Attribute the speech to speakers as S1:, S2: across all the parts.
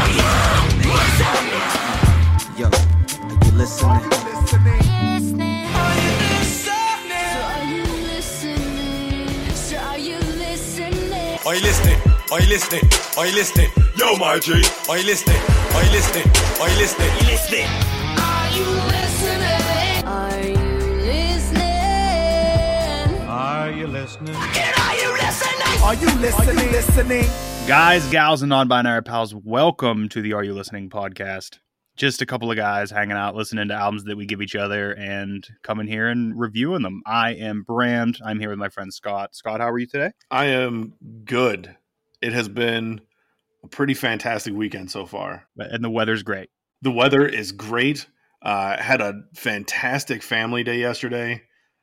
S1: you listening? Are you listening? Are you listening?
S2: Are you listening? Are you listening? Are you listening? Yo, my G. Are you listening? Are you listening? Are you listening? Listening.
S3: Are you listening?
S1: Are you listening? Are you listening? Are you listening?
S4: Guys, gals, and non binary pals, welcome to the Are You Listening podcast. Just a couple of guys hanging out, listening to albums that we give each other and coming here and reviewing them. I am Brand. I'm here with my friend Scott. Scott, how are you today?
S5: I am good. It has been a pretty fantastic weekend so far.
S4: And the weather's great.
S5: The weather is great. Uh, had a fantastic family day yesterday.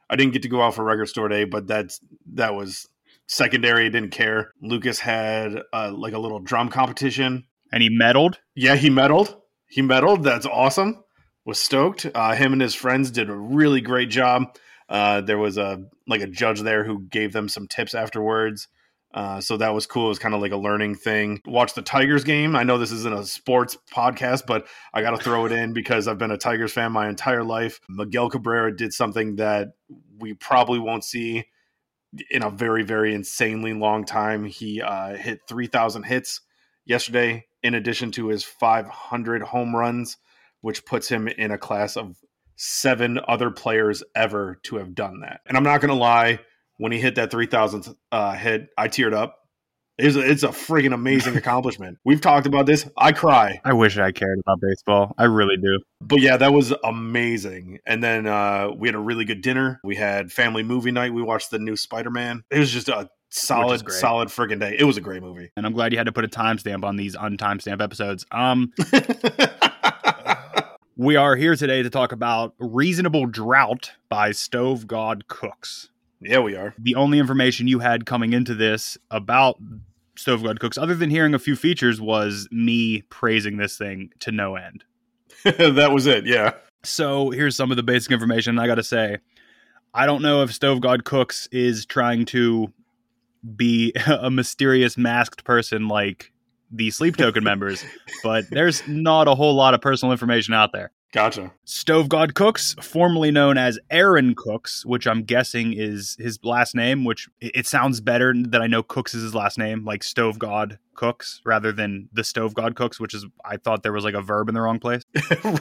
S5: I didn't get to go out for record store day, but that's that was secondary. I didn't care. Lucas had uh, like a little drum competition.
S4: And he meddled.
S5: Yeah, he meddled. He meddled. That's awesome. Was stoked. Uh, him and his friends did a really great job. Uh, there was a like a judge there who gave them some tips afterwards. Uh, so that was cool. It was kind of like a learning thing. Watch the Tigers game. I know this isn't a sports podcast, but I got to throw it in because I've been a Tigers fan my entire life. Miguel Cabrera did something that we probably won't see in a very, very insanely long time. He uh, hit 3,000 hits yesterday, in addition to his 500 home runs, which puts him in a class of seven other players ever to have done that. And I'm not going to lie, when he hit that 3,000th uh, hit, I teared up. It's a, it's a friggin' amazing accomplishment. We've talked about this. I cry.
S4: I wish I cared about baseball. I really do.
S5: But yeah, that was amazing. And then uh, we had a really good dinner. We had family movie night. We watched the new Spider Man. It was just a solid,
S4: great.
S5: solid friggin' day. It was a great movie.
S4: And I'm glad you had to put a timestamp on these untimestamp episodes. Um, we are here today to talk about Reasonable Drought by Stove God Cooks.
S5: yeah, we are.
S4: the only information you had coming into this about Stove God Cooks, other than hearing a few features, was me praising this thing to no end.
S5: that was it. Yeah.
S4: So here's some of the basic information. I got to say, I don't know if Stove God Cooks is trying to be a mysterious masked person like the Sleep Token members, but there's not a whole lot of personal information out there.
S5: Gotcha.
S4: Stove God Cooks, formerly known as Aaron Cooks, which I'm guessing is his last name, which it, it sounds better that I know Cooks is his last name, like Stove God Cooks, rather than the Stove God Cooks, which is, I thought there was like a verb in the wrong place.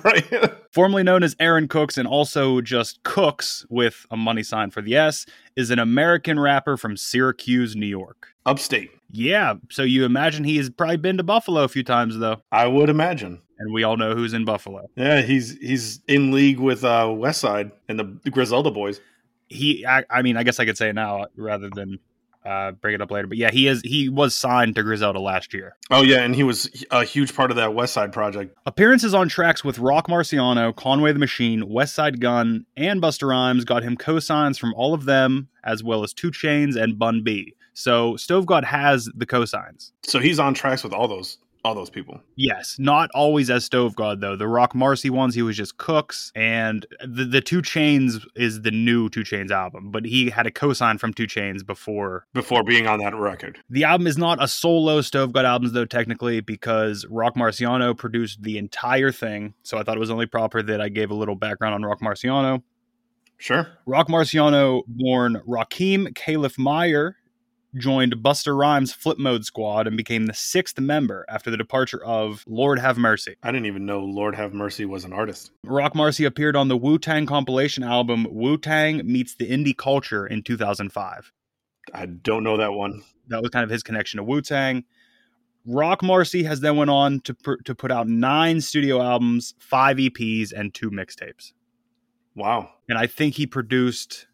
S5: right.
S4: Formerly known as Aaron Cooks and also just Cooks with a money sign for the S, is an American rapper from Syracuse, New York.
S5: Upstate.
S4: Yeah, so you imagine he has probably been to Buffalo a few times, though,
S5: I would imagine.
S4: and we all know who's in Buffalo.
S5: Yeah, he's he's in league with uh Westside and the, the Griselda boys.
S4: he I, I mean i guess i could say it now rather than uh bring it up later but yeah he is he was signed to griselda last year
S5: Oh yeah, and he was a huge part of that Westside project.
S4: appearances on tracks with rock marciano conway the machine west side gun and buster rhymes got him cosigns from all of them as well as two chains and bun b so stove god has the cosigns
S5: So he's on tracks with all those all those people.
S4: yes not always as stove god though the rock marcy ones he was just cooks and the, the two chains is the new two chains album but he had a cosign from two chains before
S5: Before being on that record.
S4: The album is not a solo Stove God album, though, technically, because Rock Marciano produced the entire thing. So I thought it was only proper that I gave a little background on Rock Marciano.
S5: Sure.
S4: Rock Marciano, born Rakim Caliph Meyer joined Buster Rhymes' Flip Mode Squad and became the sixth member after the departure of Lord Have Mercy.
S5: I didn't even know Lord Have Mercy was an artist.
S4: Rock Marcy appeared on the Wu Tang compilation album Wu Tang Meets the Indie Culture in 2005.
S5: I don't know that one.
S4: That was kind of his connection to Wu Tang. Rock Marcy has then went on to pr- to put out nine studio albums, five EPs, and two mixtapes.
S5: Wow!
S4: And I think he produced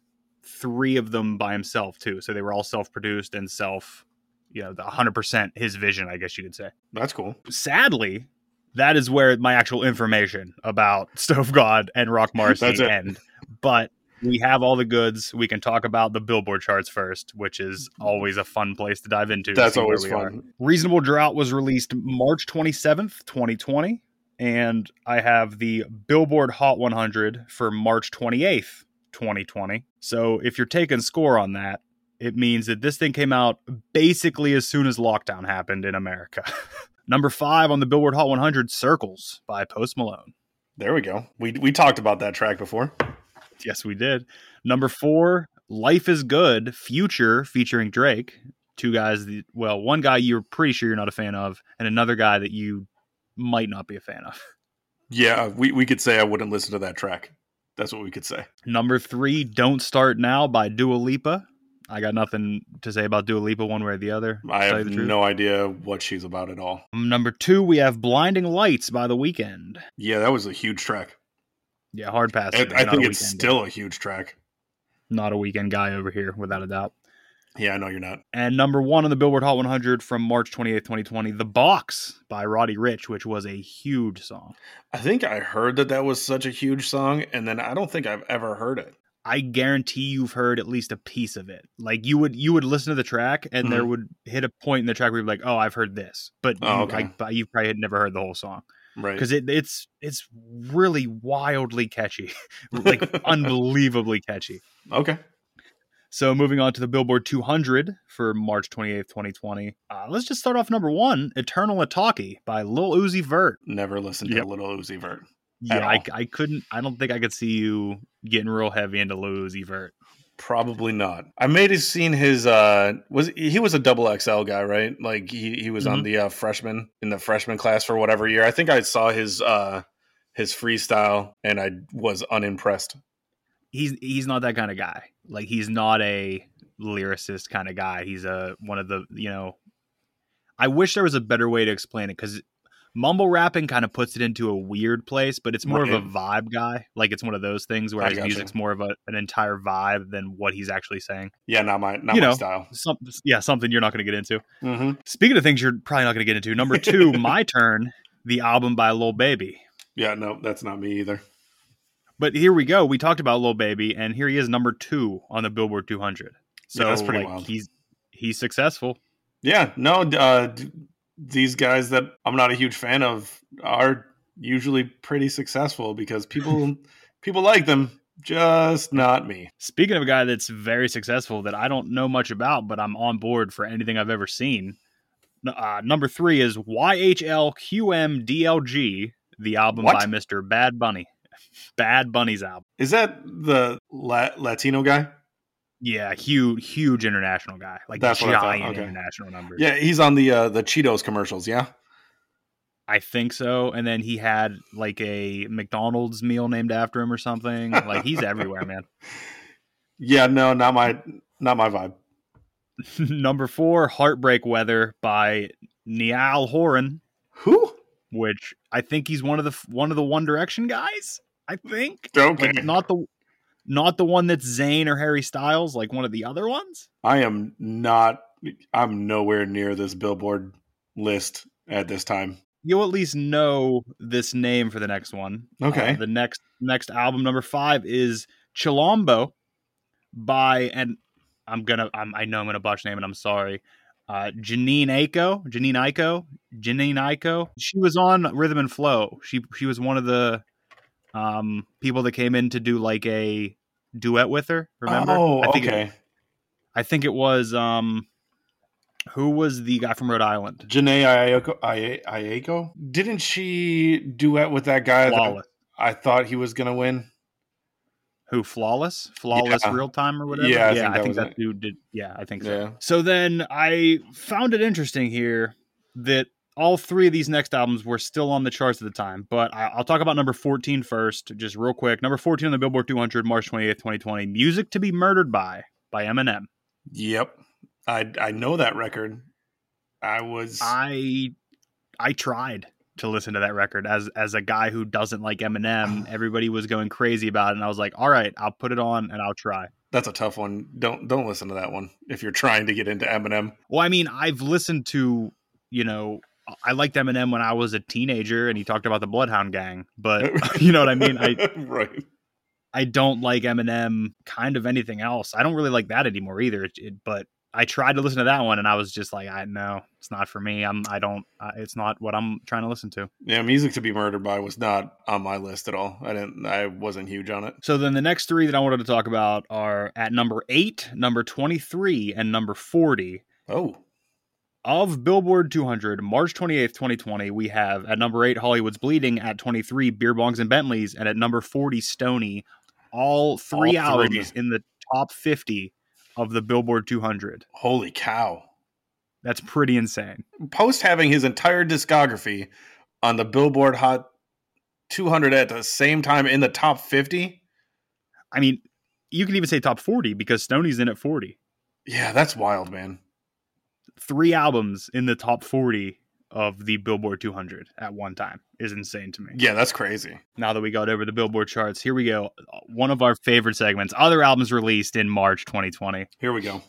S4: three of them by himself too. So they were all self-produced and self, you know, the 100% his vision, I guess you could say.
S5: That's cool.
S4: Sadly, that is where my actual information about Stove God and Rock Marcy end. But we have all the goods. We can talk about the Billboard charts first, which is always a fun place to dive into.
S5: That's always fun.
S4: Are. Reasonable Drought was released March 27th, 2020. And I have the Billboard Hot 100 for March 28th, 2020. So if you're taking score on that, it means that this thing came out basically as soon as lockdown happened in America. Number five on the Billboard Hot 100 Circles by Post Malone.
S5: There we go. We, we talked about that track before.
S4: Yes, we did. Number four, Life is Good, Future featuring Drake. Two guys, that, well, one guy you're pretty sure you're not a fan of, and another guy that you might not be a fan of.
S5: Yeah, we, we could say I wouldn't listen to that track. That's what we could say.
S4: Number three, Don't Start Now by Dua Lipa. I got nothing to say about Dua Lipa one way or the other.
S5: I have no idea what she's about at all.
S4: Number two, we have Blinding Lights by The Weekend.
S5: Yeah, that was a huge track.
S4: Yeah, hard pass.
S5: I, I think it's still guy. a huge track.
S4: Not a weekend guy over here, without a doubt.
S5: Yeah, I know you're not.
S4: And number one on the Billboard Hot 100 from March 28th, 2020, The Box by Roddy Rich, which was a huge song.
S5: I think I heard that that was such a huge song, and then I don't think I've ever heard it.
S4: I guarantee you've heard at least a piece of it. Like you would, you would listen to the track, and mm-hmm. there would hit a point in the track where you're like, "Oh, I've heard this," but oh, you, okay. I, you probably had never heard the whole song
S5: right
S4: because it, it's it's really wildly catchy like unbelievably catchy
S5: okay
S4: so moving on to the billboard 200 for march 28th 2020 uh, let's just start off number one eternal ataki by lil uzi vert
S5: never listened yep. to lil uzi vert
S4: yeah I, I couldn't i don't think i could see you getting real heavy into lil uzi vert
S5: Probably not. I may have seen his uh was he was a double XL guy, right? Like he he was mm-hmm. on the uh, freshman in the freshman class for whatever year. I think I saw his uh his freestyle and I was unimpressed.
S4: He's he's not that kind of guy. Like he's not a lyricist kind of guy. He's a one of the, you know, I wish there was a better way to explain it cuz mumble rapping kind of puts it into a weird place, but it's more right. of a vibe guy. Like it's one of those things where his music's you. more of a, an entire vibe than what he's actually saying.
S5: Yeah, not my not you my know, style.
S4: Some, yeah, something you're not going to get into.
S5: Mm-hmm.
S4: Speaking of things you're probably not going to get into, number two, my turn, the album by Lil Baby.
S5: Yeah, no, that's not me either.
S4: But here we go. We talked about Lil Baby, and here he is, number two on the Billboard 200. So yeah, that's pretty like, wild. He's he's successful.
S5: Yeah, no, uh, these guys that I'm not a huge fan of are usually pretty successful because people people like them, just not me.
S4: Speaking of a guy that's very successful that I don't know much about, but I'm on board for anything I've ever seen. Uh, number three is YHLQMDLG, the album what? by Mr. Bad Bunny. Bad Bunny's album.
S5: Is that the La- Latino guy?
S4: Yeah, huge, huge international guy. Like That's giant okay. international numbers.
S5: Yeah, he's on the uh, the Cheetos commercials. Yeah,
S4: I think so. And then he had like a McDonald's meal named after him or something. Like he's everywhere, man.
S5: Yeah, no, not my not my vibe.
S4: Number four, "Heartbreak Weather" by Niall Horan.
S5: Who?
S4: Which I think he's one of the one of the One Direction guys. I think.
S5: Okay.
S4: Like, not the not the one that's Zayn or Harry Styles, like one of the other ones?
S5: I am not. I'm nowhere near this Billboard list at this time.
S4: You'll at least know this name for the next one.
S5: Okay.
S4: Uh, the next next album number five is Chilombo by and I'm gonna I'm, i know I'm gonna botch name and I'm sorry. Uh, Janine Aiko, Janine Aiko, Janine Aiko. She was on Rhythm and Flow. She she was one of the um, people that came in to do like a duet with her. Remember?
S5: Oh,
S4: I think
S5: okay.
S4: It, I think it was um, who was the guy from Rhode Island?
S5: Janae Iacco. I- Iacco? Didn't she duet with that guy?
S4: Flawless.
S5: That I thought he was gonna win.
S4: Who flawless, flawless
S5: Yeah.
S4: real time or whatever.
S5: Yeah, I
S4: yeah,
S5: think
S4: I
S5: that
S4: think
S5: was
S4: that
S5: it.
S4: dude did. Yeah, I think so.
S5: Yeah.
S4: So then I found it interesting here that all three of these next albums were still on the charts at the time, but I, I'll talk about number 14 first, just real quick. Number 14 on the Billboard 200, March 28th, 2020, "Music to Be Murdered By" by Eminem.
S5: Yep. I I know that record. I was
S4: I I tried to listen to that record as as a guy who doesn't like Eminem. Everybody was going crazy about it, and I was like, "All right, I'll put it on and I'll try."
S5: that's a tough one. Don't don't listen to that one if you're trying to get into Eminem.
S4: Well, I mean, I've listened to you know. I liked Eminem when I was a teenager, and he talked about the Bloodhound Gang. But you know what I mean. I
S5: right.
S4: I don't like Eminem. Kind of anything else. I don't really like that anymore either. It, it- but I tried to listen to that one, and I was just like, I no, it's not for me. I'm. I don't. Uh, it's not what I'm trying to listen to.
S5: Yeah, music to be murdered by was not on my list at all. I didn't. I wasn't huge on it.
S4: So then the next three that I wanted to talk about are at number eight, number 23, and number 40
S5: Oh,
S4: of Billboard 200, March 28th, 2020. We have at number eight, Hollywood's Bleeding, at 23, Beer Bongs and Bentleys, and at number 40, Stony. All three
S5: All three.
S4: albums in the top 50 of the Billboard 200.
S5: holy cow!
S4: That's pretty insane.
S5: Post having his entire discography on the Billboard Hot 200 at the same time in the top 50.
S4: I mean, you can even say top 40 because Stony's in at 40.
S5: Yeah, that's wild, man.
S4: Three albums in the top 40 of the Billboard 200 at one time is insane to me.
S5: Yeah, that's crazy.
S4: now that we got over the Billboard charts, here we go. One of our favorite segments, other albums released in March 2020.
S5: Here we go.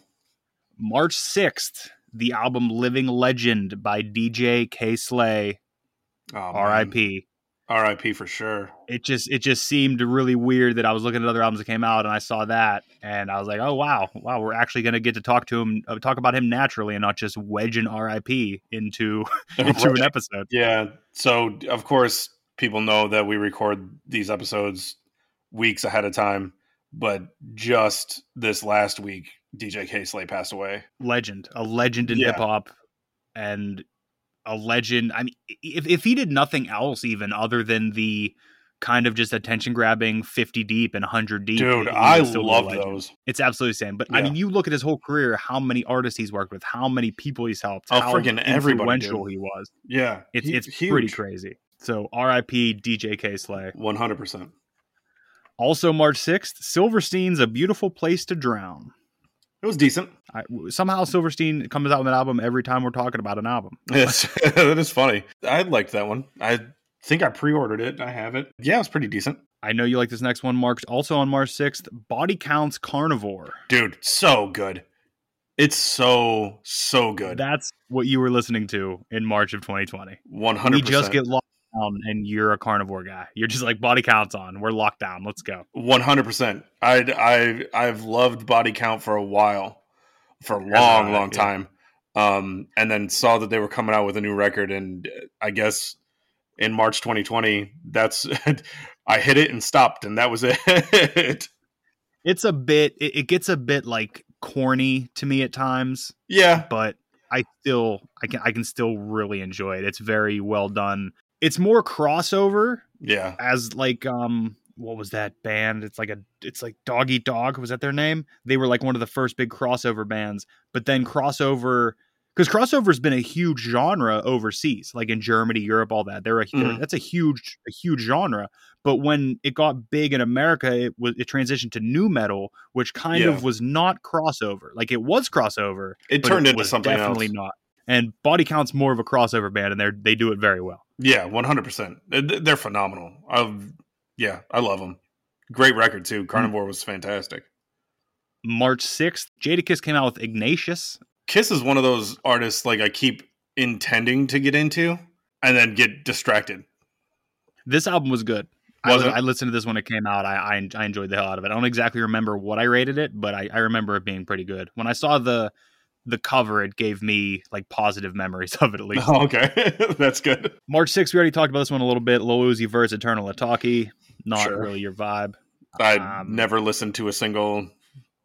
S4: March 6th, the album Living Legend by DJ K Slay,
S5: Oh, man.
S4: RIP.
S5: R.I.P. for sure.
S4: It just it just seemed really weird that I was looking at other albums that came out and I saw that and I was like, "Oh wow. Wow, we're actually going to get to talk to him uh, talk about him naturally and not just wedge an RIP into into an episode."
S5: Yeah. So, of course, people know that we record these episodes weeks ahead of time, but just this last week, DJ K Slay passed away.
S4: legend, a legend in
S5: Yeah.
S4: hip hop, and a legend. I mean, i- if if he did nothing else, even other than the kind of just attention grabbing fifty deep and hundred deep, he
S5: Dude,
S4: would
S5: I
S4: still be a
S5: love
S4: legend.
S5: those.
S4: It's absolutely insane. But I
S5: Yeah.
S4: mean, you look at his whole career, how many artists he's worked with, how many people he's helped,
S5: Oh,
S4: how
S5: friggin' everybody, dude.
S4: influential he was.
S5: Yeah.
S4: It's
S5: hu-
S4: it's pretty
S5: huge.
S4: crazy. So R.I.P. DJ K Slay.
S5: 100%.
S4: Also March sixth, Silverstein's "A Beautiful Place to Drown."
S5: It was decent.
S4: I, somehow Silverstein comes out with an album every time we're talking about an album.
S5: It's, that is funny. I liked that one. I think I pre ordered it. I have it. Yeah, it was pretty decent.
S4: I know you like this next one, Mark's also on March 6th. Body Counts Carnivore.
S5: Dude, so good. It's so, so good.
S4: That's what you were listening to in March of 2020.
S5: 100%.
S4: We just get locked down, and you're a carnivore guy. You're just like, Body Counts on. We're locked down. Let's go.
S5: One hundred percent. I I I've loved body count for a while, for a
S4: As
S5: long,
S4: I,
S5: long
S4: yeah.
S5: time. Um, and then saw that they were coming out with a new record, and uh, I guess in March 2020, that's I hit it and stopped, and that was it.
S4: It's a bit, it, it gets a bit like corny to me at times,
S5: yeah,
S4: but I still, I can, I can still really enjoy it. It's very well done. It's more crossover
S5: yeah.
S4: as like um what was that band it's like a it's like dog eat dog was that their name they were like one of the first big crossover bands but then crossover because crossover's been a huge genre overseas like in germany europe all that they're a they're-
S5: Mhm.
S4: that's a huge a huge genre but when it got big in america it was it transitioned to new metal which kind
S5: Yeah.
S4: of was not crossover like it was crossover
S5: It
S4: but
S5: turned into
S4: was
S5: something
S4: definitely
S5: else.
S4: not and body count's more of a crossover band and they're they do it very well
S5: Yeah, one hundred percent. They're phenomenal. I yeah, I love them. Great record too. Carnivore
S4: Mm-hmm.
S5: was fantastic.
S4: March 6th, Jadakiss came out with Ignatius.
S5: Kiss is one of those artists like I keep intending to get into and then get distracted.
S4: This album was good.
S5: Was
S4: I,
S5: it?
S4: I listened to this when it came out. I, I I enjoyed the hell out of it. I don't exactly remember what I rated it, but I, I remember it being pretty good. When I saw the the cover, it gave me like positive memories of it at least.
S5: Oh, okay. That's good.
S4: March 6th, we already talked about this one a little bit. Lil Uzi Vert's Eternal Ataki. Not
S5: Sure.
S4: really your vibe.
S5: I
S4: Um,
S5: never listened to a single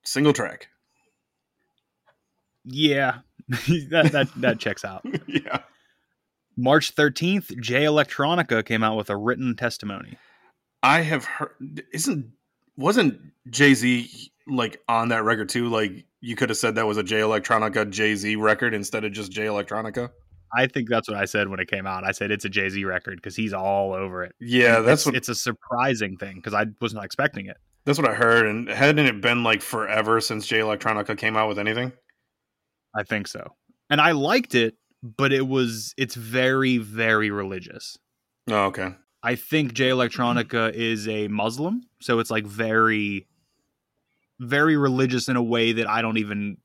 S5: single track.
S4: Yeah. that, that that checks out.
S5: yeah.
S4: March 13th, J Electronica came out with a written testimony.
S5: I have heard isn't wasn't Jay Z like on that record too? Like you could have said that was a Jay Electronica Jay Z record instead of just Jay Electronica.
S4: I think that's what I said when it came out. I said it's a Jay Z record because he's all over it.
S5: Yeah,
S4: And
S5: that's
S4: it's,
S5: what-
S4: it's a surprising thing because I was not expecting it.
S5: That's what I heard. And hadn't it been like forever since Jay Electronica came out with anything?
S4: I think so, and I liked it, but it was it's very very religious.
S5: Oh, okay.
S4: I think Jay Electronica is a Muslim, so it's like very, very religious in a way that I don't even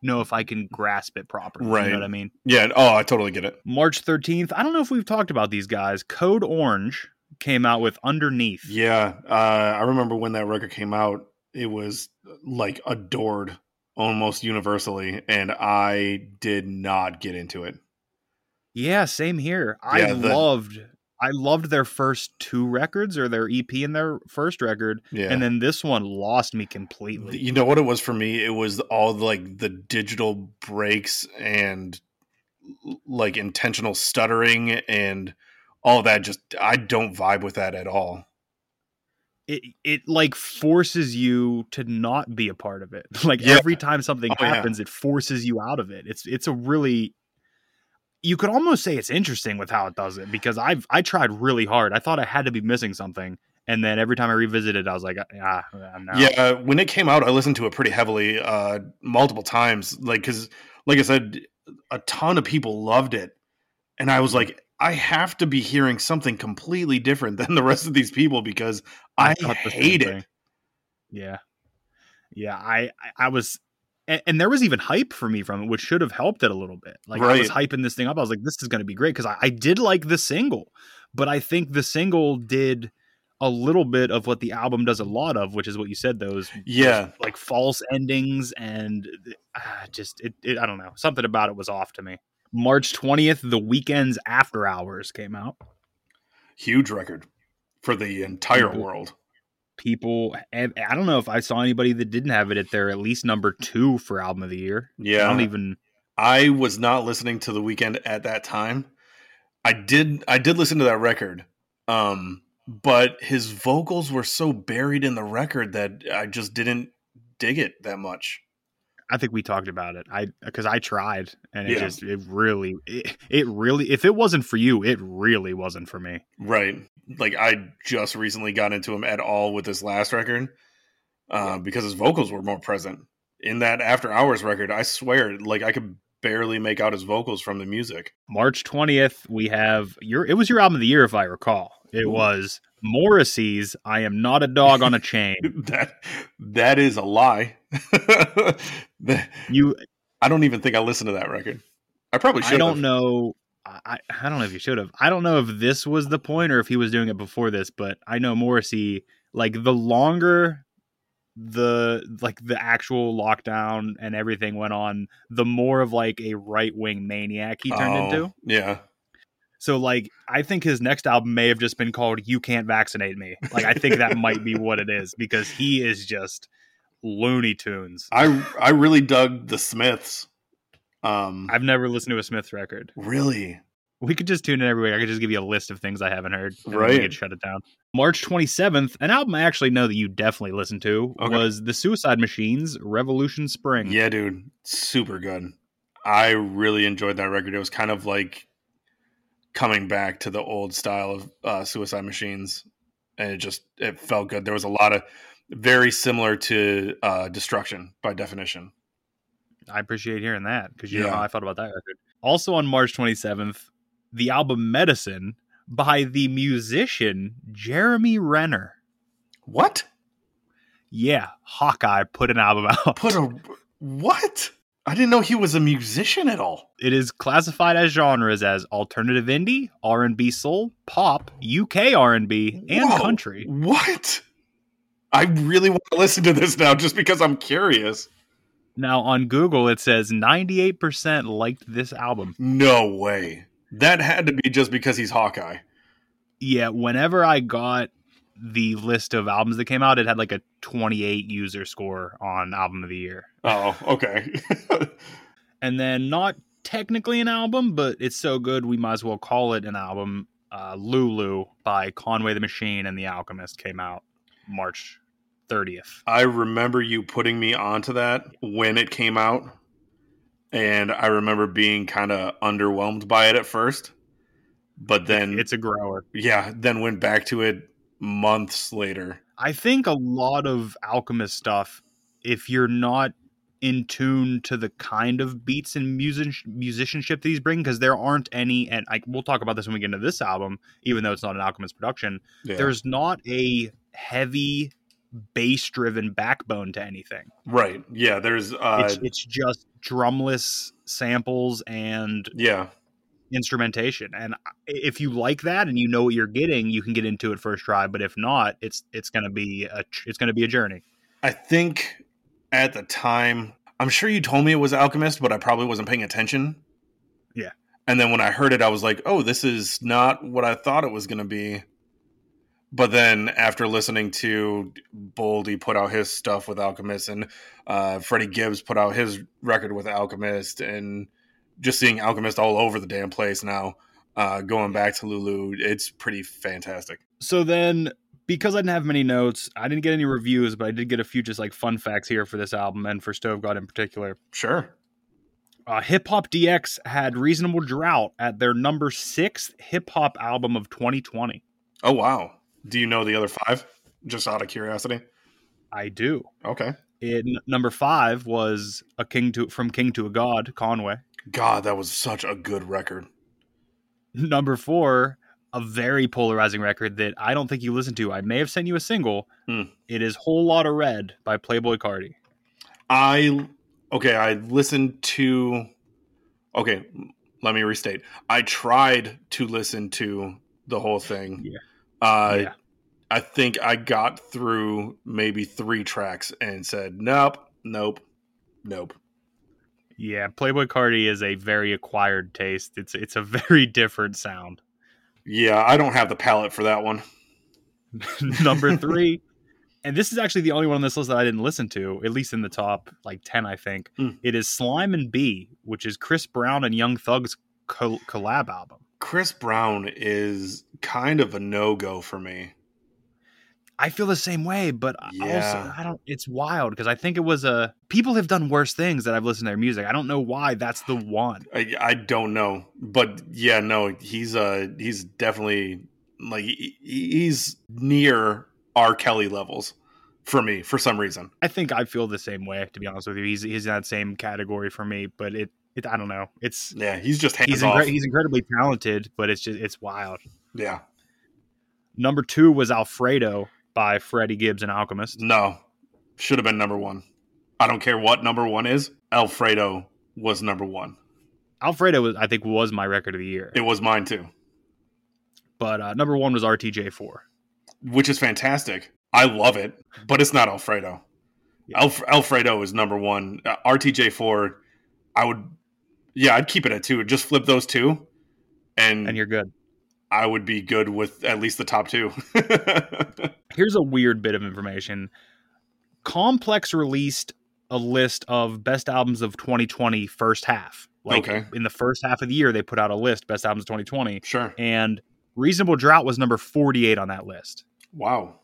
S4: know if I can grasp it properly. You
S5: Right.
S4: know what I mean?
S5: Yeah. Oh, I totally get it.
S4: March 13th. I don't know if we've talked about these guys. Code Orange came out with Underneath.
S5: Yeah. Uh, I remember when that record came out, it was uh, like adored almost universally. And I did not get into it.
S4: Yeah, same here. I
S5: Yeah, the-
S4: loved I loved their first two records or their EP and their first record.
S5: Yeah.
S4: And then this one lost me completely.
S5: you know what it was for me? It was all like the digital breaks and like intentional stuttering and all that. Just, I don't vibe with that at all.
S4: it it like forces you to not be a part of it. Like
S5: Yeah.
S4: every time something
S5: Oh, yeah.
S4: happens, it forces you out of it. It's it's a really you could almost say it's interesting with how it does it because I've I tried really hard. I thought I had to be missing something, and then every time I revisited, I was like, ah, I'm not.
S5: Yeah, uh, when it came out, I listened to it pretty heavily, uh, multiple times. Like, because, like I said, a ton of people loved it, and I was like, I have to be hearing something completely different than the rest of these people because I,
S4: thought the same
S5: hate it.
S4: thing. Yeah, yeah. I I I was, and, and there was even hype for me from it, which should have helped it a little bit. Like I was hyping this thing up. I was like, this is going to be great because I, I did like the single, but I think the single did a little bit of what the album does a lot of, which is what you said. Those
S5: Yeah,
S4: like false endings and uh, just it, it. I don't know. Something about it was off to me. March twentieth, the weekend's after hours came out.
S5: huge record for the entire
S4: Mhm.
S5: world.
S4: people and I don't know if I saw anybody that didn't have it at their at least number two for album of the year. I
S5: Yeah,
S4: don't even
S5: I was not listening to the weekend at that time. I did I did listen to that record. Um but his vocals were so buried in the record that I just didn't dig it that much.
S4: I think we talked about it. I because I tried and it
S5: Yeah.
S4: just it really it, it really if it wasn't for you, it really wasn't for me.
S5: Right. Like I just recently got into him at all with this last record uh, because his vocals were more present. In that after hours record, I swear like I could barely make out his vocals from the music.
S4: March twentieth, we have your it was your album of the year if I recall. It was Morrissey's I Am Not a Dog on a Chain.
S5: That that is a lie. That-
S4: You
S5: I don't even think I listened to that record. I probably should.
S4: I don't know. I, I don't know if you should have. I don't know if this was the point or if he was doing it before this, but I know Morrissey, like the longer the like the actual lockdown and everything went on, the more of like a right wing maniac he turned into.
S5: Oh, Yeah.
S4: So like I think his next album may have just been called You Can't Vaccinate Me. Like I think that might be what it is because he is just Looney Tunes.
S5: I I really dug the Smiths. Um
S4: I've never listened to a Smith record.
S5: really.
S4: We could just tune in every week. I could just give you a list of things I haven't heard. And then We
S5: Right.
S4: could shut it down. March 27th, an album I actually know that you definitely listened to
S5: Okay.
S4: was The Suicide Machines Revolution Spring.
S5: Yeah, dude. Super good. I really enjoyed that record. It was kind of like coming back to the old style of uh, Suicide Machines and it just it felt good. There was a lot of very similar to uh, Destruction by definition.
S4: I appreciate hearing that because you know
S5: Yeah.
S4: how I felt about that record. Also on March 27th, the album Medicine by the musician Jeremy Renner.
S5: What?
S4: Yeah, Hawkeye put an album out.
S5: Put a what? I didn't know he was a musician at all.
S4: it is classified as genres as alternative indie, R&B soul, pop, UK R&B, and
S5: Whoa,
S4: country.
S5: What? I really want to listen to this now just because I'm curious.
S4: Now on Google it says 98% liked this album.
S5: No way. That had to be just because he's Hawkeye.
S4: Yeah, whenever I got the list of albums that came out, it had like a 28 user score on album of the year.
S5: Oh, okay.
S4: And then not technically an album, but it's so good we might as well call it an album. Uh, Lulu by Conway the Machine and The Alchemist came out March 30th.
S5: I remember you putting me onto that when it came out. And I remember being kind of underwhelmed by it at first. But then,
S4: It's a grower.
S5: yeah, then went back to it months later.
S4: I think a lot of Alchemist stuff, if you're not in tune to the kind of beats and music musicianship that he's bringing, because there aren't any, and I, we'll talk about this when we get into this album, even though it's not an Alchemist production.
S5: Yeah.
S4: There's not a heavy bass-driven backbone to anything.
S5: right. Yeah. There's, uh,
S4: it's, it's just drumless samples and
S5: yeah.
S4: instrumentation and I- if you like that and you know what you're getting you can get into it first try but if not it's it's going to be a tr- it's going to be a journey
S5: I think at the time, I'm sure you told me it was Alchemist, but I probably wasn't paying attention.
S4: Yeah.
S5: And then when I heard it, I was like, oh, this is not what I thought it was going to be. But then after listening to Boldy put out his stuff with Alchemist and uh, Freddie Gibbs put out his record with Alchemist and just seeing Alchemist all over the damn place now, uh, going back to Lulu, it's pretty fantastic.
S4: so then because i didn't have many notes i didn't get any reviews but i did get a few just like fun facts here for this album and for stove god in particular
S5: Sure.
S4: uh, hip hop dx had reasonable drought at their number sixth hip hop album of 2020
S5: Oh, wow. Do you know the other five? Just out of curiosity.
S4: i do
S5: Okay.
S4: it, n- number five was a king to from king to a god conway
S5: God, that was such a good record.
S4: Number four, a very polarizing record that I don't think you listened to. I may have sent you a single.
S5: Hmm.
S4: It is Whole Lot of Red by Playboy Cardi.
S5: I okay, I listened to Okay, let me restate. I tried to listen to the whole thing.
S4: Yeah.
S5: Uh
S4: Yeah.
S5: I think I got through maybe 3 tracks and said, "Nope, nope, nope."
S4: Yeah, Playboy Cardi is a very acquired taste. It's it's a very different sound.
S5: Yeah, I don't have the palette for that one.
S4: Number three, and this is actually the only one on this list that I didn't listen to, at least in the top like ten, I think.
S5: Hmm.
S4: It is Slime and B, which is Chris Brown and Young Thug's col- collab album.
S5: Chris Brown is kind of a no-go for me.
S4: I feel the same way, but I
S5: Yeah.
S4: also I don't. It's wild because I think it was a people have done worse things that I've listened to their music. I don't know why that's the one.
S5: I, I don't know, but yeah, no, he's uh he's definitely like he- he's near R. Kelly levels for me for some reason.
S4: I think I feel the same way. To be honest with you, he's he's in that same category for me. But it, it I don't know. It's
S5: Yeah, he's just hands
S4: he's
S5: off.
S4: incre- he's incredibly talented, but it's just it's wild.
S5: yeah,
S4: Number two was Alfredo by Freddie Gibbs and Alchemist.
S5: no, should have been number one. I don't care what number one is. Alfredo was number one.
S4: Alfredo was I think was my record of the year,
S5: It was mine too,
S4: but uh, number one was RTJ four.
S5: which is fantastic. I love it, but it's not Alfredo.
S4: Yeah.
S5: Alf- Alfredo is number one. Uh, RTJ four, I would, yeah, I'd keep it at two. Just flip those two, and,
S4: And you're good.
S5: I would be good with at least the top two.
S4: here's a weird bit of information. Complex released a list of best albums of 2020 first half. Like
S5: Okay.
S4: in the first half of the year, they put out a list best albums of 2020,
S5: sure.
S4: and Reasonable Drought was number 48 on that list.
S5: Wow.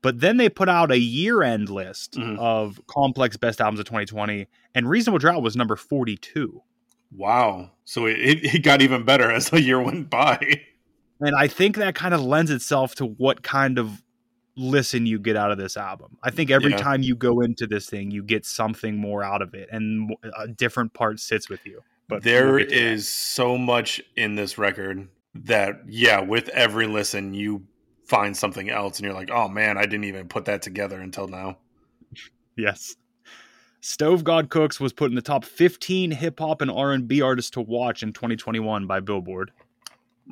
S4: But then they put out a year end list
S5: Mhm.
S4: of complex best albums of 2020, and Reasonable Drought was number 42.
S5: Wow. So it, it, it got even better as the year went by.
S4: And I think that kind of lends itself to what kind of listen you get out of this album. I think every
S5: Yeah.
S4: time you go into this thing, you get something more out of it, and mo- a different part sits with you. But
S5: there
S4: we'll get
S5: is
S4: to that.
S5: so much in this record that, yeah, with every listen, you find something else and you're like, oh man, I didn't even put that together until now.
S4: yes. Stove God Cooks was put in the top 15 hip hop and R&B artists to watch in 2021 by Billboard.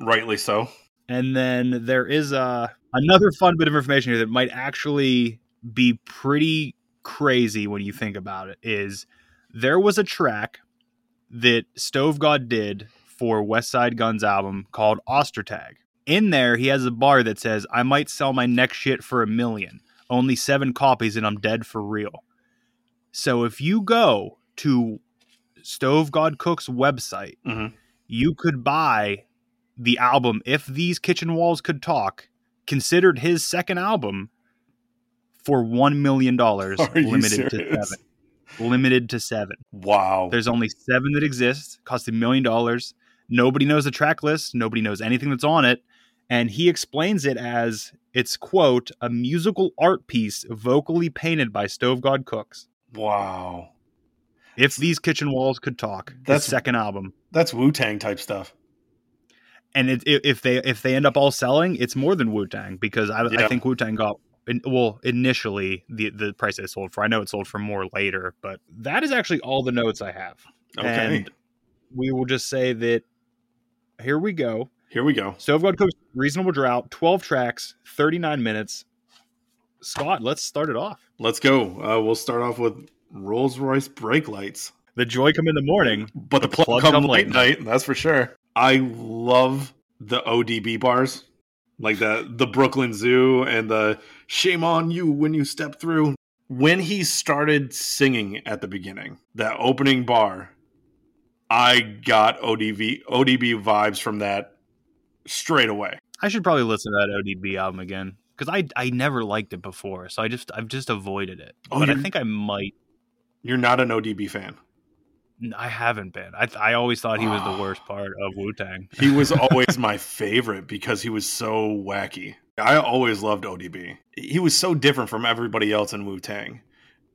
S5: Rightly so.
S4: And then there is uh, another fun bit of information here that might actually be pretty crazy when you think about it. Is there was a track that Stove God did for West Side Guns album called Ostertag. In there, he has a bar that says, "I might sell my next shit for a million. Only seven copies, and I'm dead for real." So if you go to Stove God Cook's website,
S5: Mhm.
S4: you could buy the album If These Kitchen Walls Could Talk, considered his second album for one million dollars,
S5: Are you
S4: limited to
S5: serious?
S4: seven. Limited to seven.
S5: Wow.
S4: There's only seven that exist. Cost a million dollars. Nobody knows the track list. Nobody knows anything that's on it. And he explains it as it's quote a musical art piece vocally painted by Stove God Cooks.
S5: wow.
S4: If these kitchen walls could talk,
S5: That's-
S4: his second album.
S5: That's Wu Tang type stuff.
S4: And it, i if they if they end up all selling, it's more than Wu Tang because I,
S5: Yeah.
S4: I think Wu Tang got in- well initially the the price they sold for. I know it sold for more later, but that is actually all the notes I have.
S5: Okay.
S4: And we will just say that here we go.
S5: Here we go.
S4: Stove God Cooks Reasonable Drought, 12 tracks, 39 minutes. Scott, let's start it off.
S5: Let's go. Uh, we'll start off with Rolls Royce brake lights,
S4: The joy come in the morning.
S5: but the, plug, come, late night. That's for sure. I love the ODB bars, like the the Brooklyn Zoo and the "Shame on you" when you step through. When he started singing at the beginning, that opening bar, I got ODB ODB vibes from that straight away.
S4: I should probably listen to that ODB album again because I I never liked it before, so I just I've just avoided it.
S5: Oh,
S4: but I
S5: you're-
S4: think I might.
S5: You're not an ODB fan.
S4: I haven't been. I I always thought he was the worst part of Wu Tang.
S5: He was always my favorite because he was so wacky. I always loved ODB. He was so different from everybody else in Wu Tang.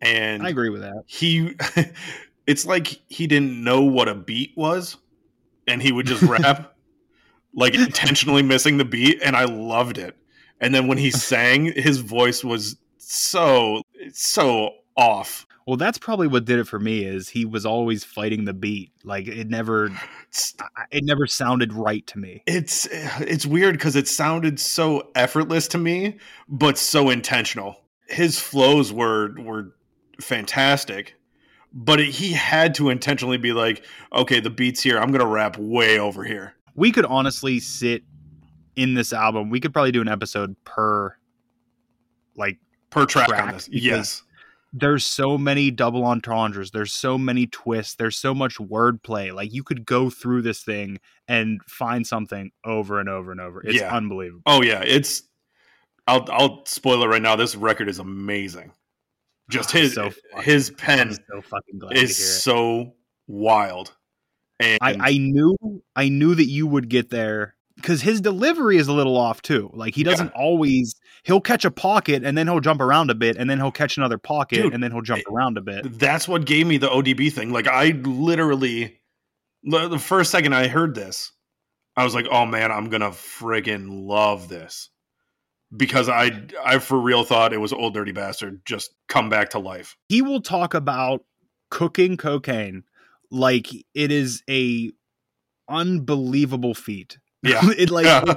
S5: And
S4: I agree with that.
S5: he it's like he didn't know what a beat was and he would just rap like intentionally missing the beat and I loved it. And then when he sang, his voice was so so off.
S4: Well, that's probably what did it for me. Is he was always fighting the beat. Like it never
S5: It's
S4: I- it never sounded right to me.
S5: it's it's weird because it sounded so effortless to me, but so intentional. His flows were were fantastic, but it, he had to intentionally be like, okay, the beats here, I'm gonna rap way over here.
S4: we could honestly sit in this album. We could probably do an episode per. Like,
S5: Per track, on
S4: Track,
S5: this,
S4: because-
S5: yes,
S4: there's so many double entendres. There's so many twists. There's so much wordplay. Like, you could go through this thing and find something over and over and over. It's
S5: Yeah.
S4: unbelievable.
S5: oh yeah, it's. I'll I'll spoil it right now. This record is amazing. Just
S4: I'm
S5: his
S4: Ah, so fucking-
S5: his
S4: I'm
S5: pen
S4: so fucking glad to hear
S5: is
S4: it.
S5: so wild, and
S4: I, I knew I knew that you would get there because his delivery is a little off too. Like he doesn't always he'll catch a pocket and then he'll jump around a bit and then he'll catch another pocket
S5: Dude,
S4: and then he'll jump around a bit.
S5: that's what gave me the ODB thing. Like I literally, the, the first second I heard this, I was like, "Oh man, I'm gonna friggin' love this," because I, I for real thought it was Old Dirty Bastard just come back to life.
S4: he will talk about cooking cocaine like it is a unbelievable feat.
S5: Yeah.
S4: it like
S5: Yeah.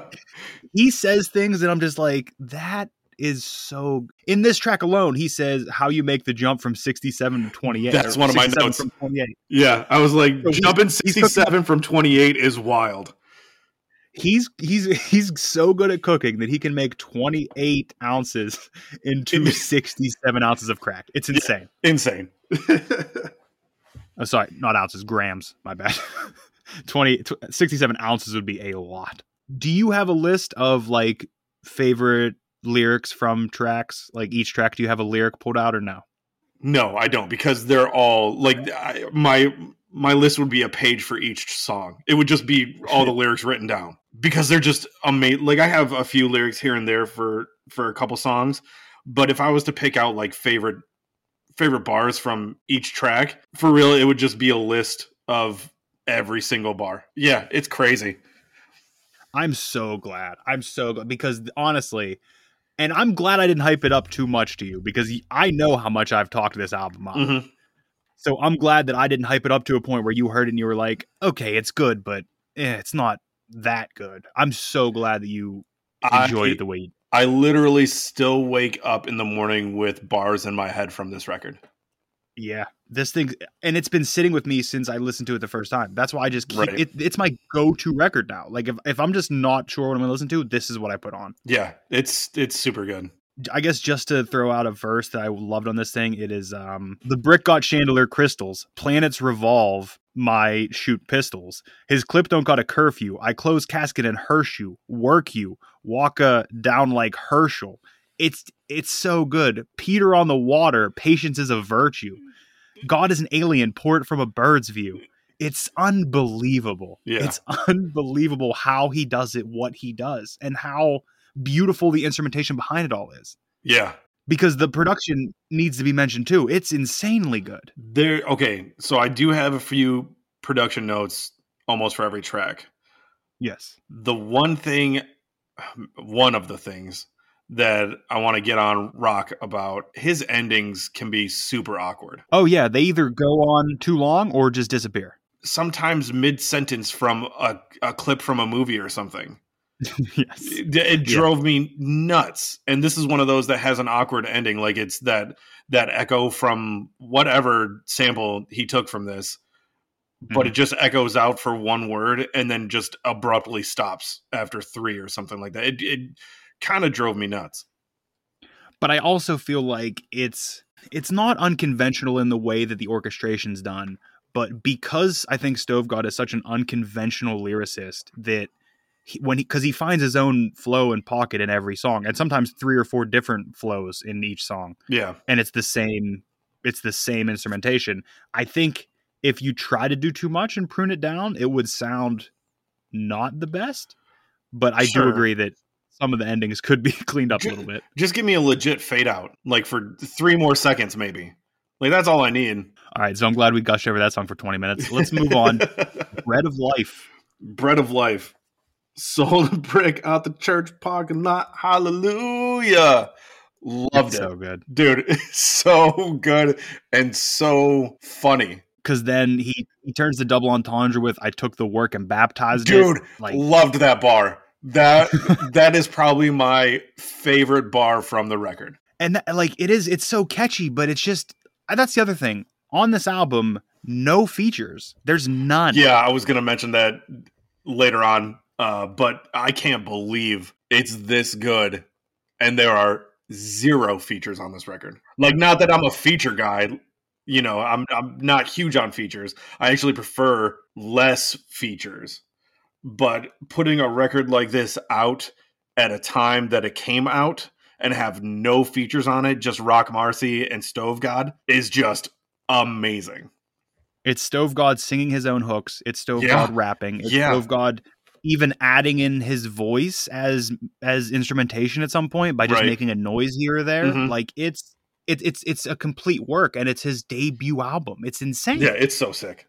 S4: he says things and I'm just like that is so in this track alone he says how you make the jump from 67 to 28
S5: That's
S4: or
S5: one of my
S4: 67
S5: notes.
S4: from 28
S5: yeah, I was like,
S4: So he-
S5: jumping
S4: he's
S5: sixty seven from twenty eight is wild.
S4: he's he's he's so good at cooking that he can make 28 ounces into 67 ounces of crack it's insane
S5: Insane.
S4: oh, sorry not ounces grams my bad 20 tw- 67 ounces would be a lot do you have a list of like favorite lyrics from tracks like each track do you have a lyric pulled out or no
S5: No, I don't because they're all like I, my my list would be a page for each song. It would just be all the lyrics written down because they're just amazing. Like I have a few lyrics here and there for for a couple songs, but if I was to pick out like favorite favorite bars from each track, for real, it would just be a list of every single bar. Yeah, it's crazy.
S4: i'm so glad i'm so glad because honestly and i'm glad i didn't hype it up too much to you because i know how much i've talked this album up
S5: Mhm.
S4: So I'm glad that I didn't hype it up to a point where you heard it and you were like, okay, it's good, but eh, it's not that good. I'm so glad that you enjoyed
S5: I,
S4: it the way you
S5: I literally still wake up in the morning with bars in my head from this record.
S4: Yeah. This thing, and it's been sitting with me since I listened to it the first time. That's why I just keep
S5: Right.
S4: it. It's my go to record now. Like, if, if I'm just not sure what I'm going to listen to, this is what I put on.
S5: Yeah, it's it's super good.
S4: I guess just to throw out a verse that I loved on this thing, it is um, the brick got chandelier crystals, planets revolve, my shoot pistols. His clip don't got a curfew. I close casket and Hersh you, work you, walk uh, down like Herschel. It's it's so good. Peter on the water. Patience is a virtue. God is an alien poured from a bird's view. It's unbelievable.
S5: Yeah.
S4: It's unbelievable how he does it, what he does, and how beautiful the instrumentation behind it all is.
S5: Yeah.
S4: Because the production needs to be mentioned too. It's insanely good.
S5: There okay, so I do have a few production notes almost for every track.
S4: Yes.
S5: The one thing one of the things that I want to get on rock about his endings can be super awkward.
S4: Oh yeah, they either go on too long or just disappear.
S5: Sometimes mid sentence from a, a clip from a movie or something.
S4: yes.
S5: It, it drove me nuts. And this is one of those that has an awkward ending. Like it's that that echo from whatever sample he took from this, but
S4: Mm-hmm.
S5: it just echoes out for one word and then just abruptly stops after three or something like that. It, it kind of drove me nuts.
S4: But I also feel like it's it's not unconventional in the way that the orchestration's done, but because I think Stove God is such an unconventional lyricist that he, when he because he finds his own flow and pocket in every song, and sometimes three or four different flows in each song,
S5: Yeah.
S4: and it's the same it's the same instrumentation. I think if you try to do too much and prune it down, it would sound not the best. But I
S5: Sure.
S4: do agree that some of the endings could be cleaned up a little bit.
S5: Just give me a legit fade out, like for three more seconds, maybe. Like that's all I need.
S4: All right, so I'm glad we gushed over that song for 20 minutes. Let's move on. Bread of Life.
S5: Bread of life. Sold a brick out the church parking lot. Hallelujah. Loved
S4: It's
S5: it.
S4: so good.
S5: Dude, it's so good and so funny.
S4: Because then he, he turns the double entendre with I took the work and baptized
S5: Dude,
S4: it. Like
S5: loved that bar. That that is probably my favorite bar from the record.
S4: and that, like it is it's so catchy, but it's just and that's the other thing. On this album, no features. There's none.
S5: Yeah, I was gonna mention that later on, uh, but I can't believe it's this good, and there are zero features on this record. Like, not that I'm a feature guy, you know, I'm I'm not huge on features. I actually prefer less features, but putting a record like this out at a time that it came out and have no features on it, just Rock Marcy and Stove God is just amazing.
S4: It's Stove God singing his own hooks. It's Stove
S5: Yeah.
S4: God rapping. It's
S5: Yeah.
S4: Stove God even adding in his voice as as instrumentation at some point by just
S5: Right.
S4: making a noise here or there.
S5: Mhm.
S4: Like it's it, it's it's a complete work and it's his debut album. It's insane.
S5: Yeah, it's so sick.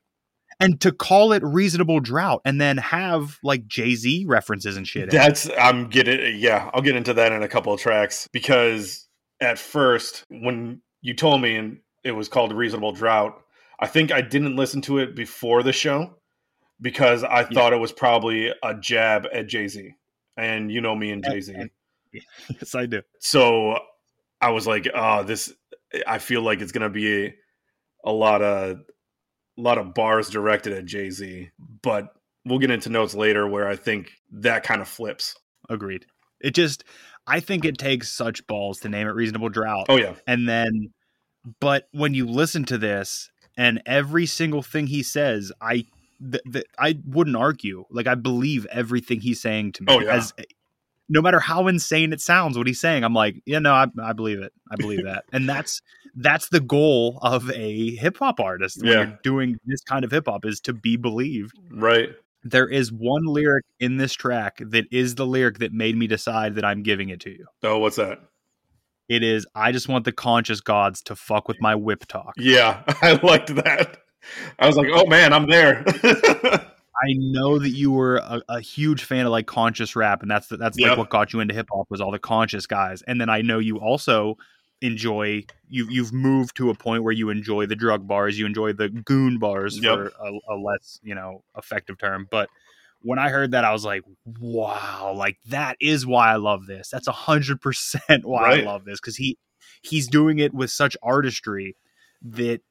S4: And to call it reasonable drought and then have like Jay-Z references and shit. in it.
S5: That's I'm getting yeah, I'll get into that in a couple of tracks because at first when you told me and it was called Reasonable Drought, I think I didn't listen to it before the show because I thought it was probably a jab at Jay-Z. And you know me and
S4: Yeah,
S5: Jay-Z.
S4: yeah. yes, I do.
S5: So I was like, oh, this I feel like it's gonna be a, lot of a lot of bars directed at Jay-Z. But we'll get into notes later where I think that kind of flips.
S4: Agreed. It just I think it takes such balls to name it reasonable drought.
S5: Oh yeah.
S4: and then but when you listen to this and every single thing he says i th- th- i wouldn't argue like i believe everything he's saying to me
S5: Oh, yeah.
S4: as no matter how insane it sounds what he's saying i'm like yeah no i, I believe it i believe that and that's that's the goal of a hip-hop artist when
S5: Yeah.
S4: you're doing this kind of hip-hop is to be believed
S5: Right.
S4: there is one lyric in this track that is the lyric that made me decide that i'm giving it to you
S5: Oh, what's that?
S4: it is i just want the conscious gods to fuck with my whip talk
S5: Yeah, I liked that. I was like, oh man, I'm there.
S4: I know that you were a, a huge fan of like conscious rap, and that's the, that's
S5: Yeah.
S4: like what got you into hip hop was all the conscious guys. And then I know you also enjoy you you've moved to a point where you enjoy the drug bars, you enjoy the goon bars
S5: Yep.
S4: for a, a less you know effective term. But when I heard that, I was like, wow, like that is why I love this. That's a hundred percent why
S5: Right.
S4: I love this because he he's doing it with such artistry that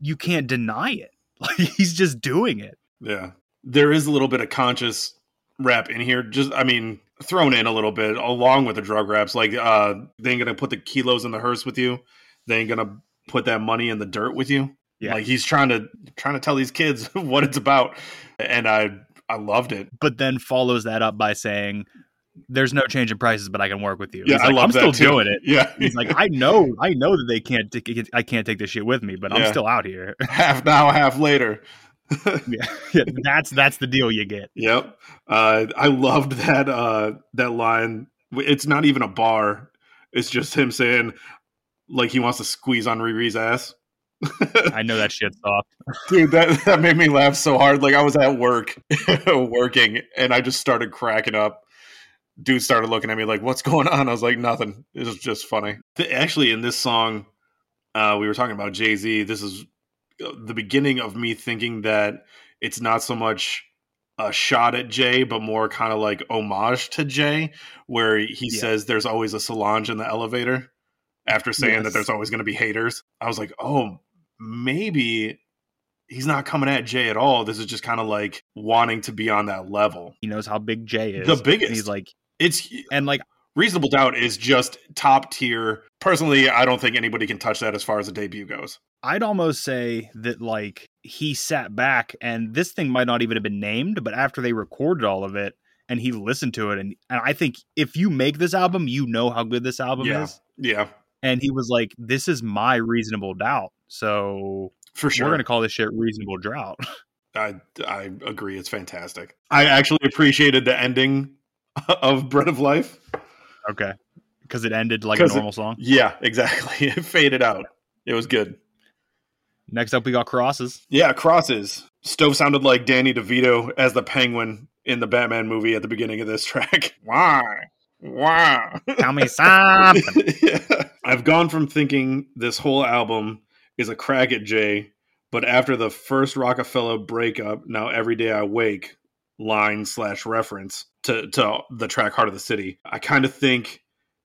S4: you can't deny it. Like he's just doing it.
S5: yeah, there is a little bit of conscious rap in here. Just, I mean, thrown in a little bit along with the drug raps. Like, uh, they ain't gonna put the kilos in the hearse with you. They ain't gonna put that money in the dirt with you.
S4: Yeah.
S5: Like he's trying to trying to tell these kids what it's about, and I I loved it.
S4: but then follows that up by saying there's no change in prices, but I can work with you.
S5: Yeah,
S4: He's
S5: I
S4: like,
S5: love
S4: I'm
S5: that
S4: still
S5: too.
S4: doing it.
S5: Yeah,
S4: He's like, I know, I know that they can't, t- I can't take this shit with me, but I'm
S5: Yeah.
S4: still out here.
S5: half now, half later.
S4: yeah, Yeah, that's that's the deal you get.
S5: Yep. Uh, I loved that uh, that line. It's not even a bar. It's just him saying like he wants to squeeze on Riri's ass.
S4: I know that shit's off.
S5: Dude, that, that made me laugh so hard. Like I was at work working and I just started cracking up. Dude started looking at me like, what's going on? I was like, nothing. It was just funny. Th- Actually, in this song, uh, we were talking about Jay Z. This is uh, the beginning of me thinking that it's not so much a shot at Jay, but more kind of like homage to Jay, where he
S4: Yeah.
S5: says there's always a Solange in the elevator after saying that
S4: Yes.
S5: there's always going to be haters. I was like, oh, maybe he's not coming at Jay at all. This is just kind of like wanting to be on that level.
S4: He knows how big Jay is.
S5: The
S4: And
S5: biggest.
S4: he's like,
S5: It's
S4: and like,
S5: Reasonable Doubt is just top tier. Personally, I don't think anybody can touch that as far as a debut goes.
S4: I'd almost say that like he sat back, and this thing might not even have been named, but after they recorded all of it, and he listened to it, and and I think if you make this album, you know how good this album
S5: Yeah.
S4: is.
S5: Yeah,
S4: And he was like, "This is my reasonable doubt." So
S5: for sure.
S4: we're gonna call this shit reasonable drought.
S5: I I agree. It's fantastic. I actually appreciated the ending of Bread of Life.
S4: okay, because it ended like a
S5: 'Cause it-
S4: normal song.
S5: Yeah, exactly. It faded out. It was good.
S4: Next up, we got crosses.
S5: Yeah, crosses. Stove sounded like Danny DeVito as the Penguin in the Batman movie at the beginning of this track. Why? Why?
S4: Tell me something.
S5: Yeah. I've gone from thinking this whole album is a crack at Jay, but after the first Rockefeller breakup, now every day I wake line slash reference to, to the track Heart of the City, I kind of think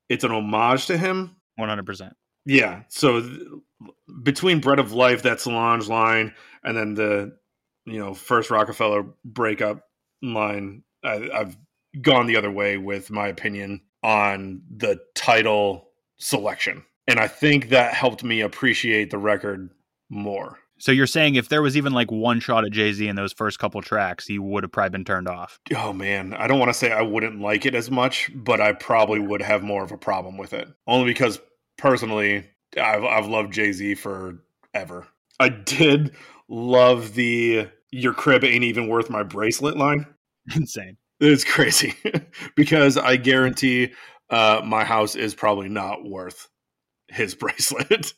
S5: it's an homage to him.
S4: One hundred percent.
S5: Yeah. So th- between Bread of Life, that Solange line, and then the you know first Rockefeller breakup line, I, I've gone the other way with my opinion on the title selection, and I think that helped me appreciate the record more.
S4: So you're saying if there was even like one shot at Jay Z in those first couple tracks, you would have probably been turned off.
S5: Oh man, I don't want to say I wouldn't like it as much, but I probably would have more of a problem with it. Only because personally, I've I've loved Jay Z forever. I did love the "Your crib ain't even worth my bracelet" line.
S4: Insane.
S5: It's crazy because I guarantee uh, my house is probably not worth his bracelet.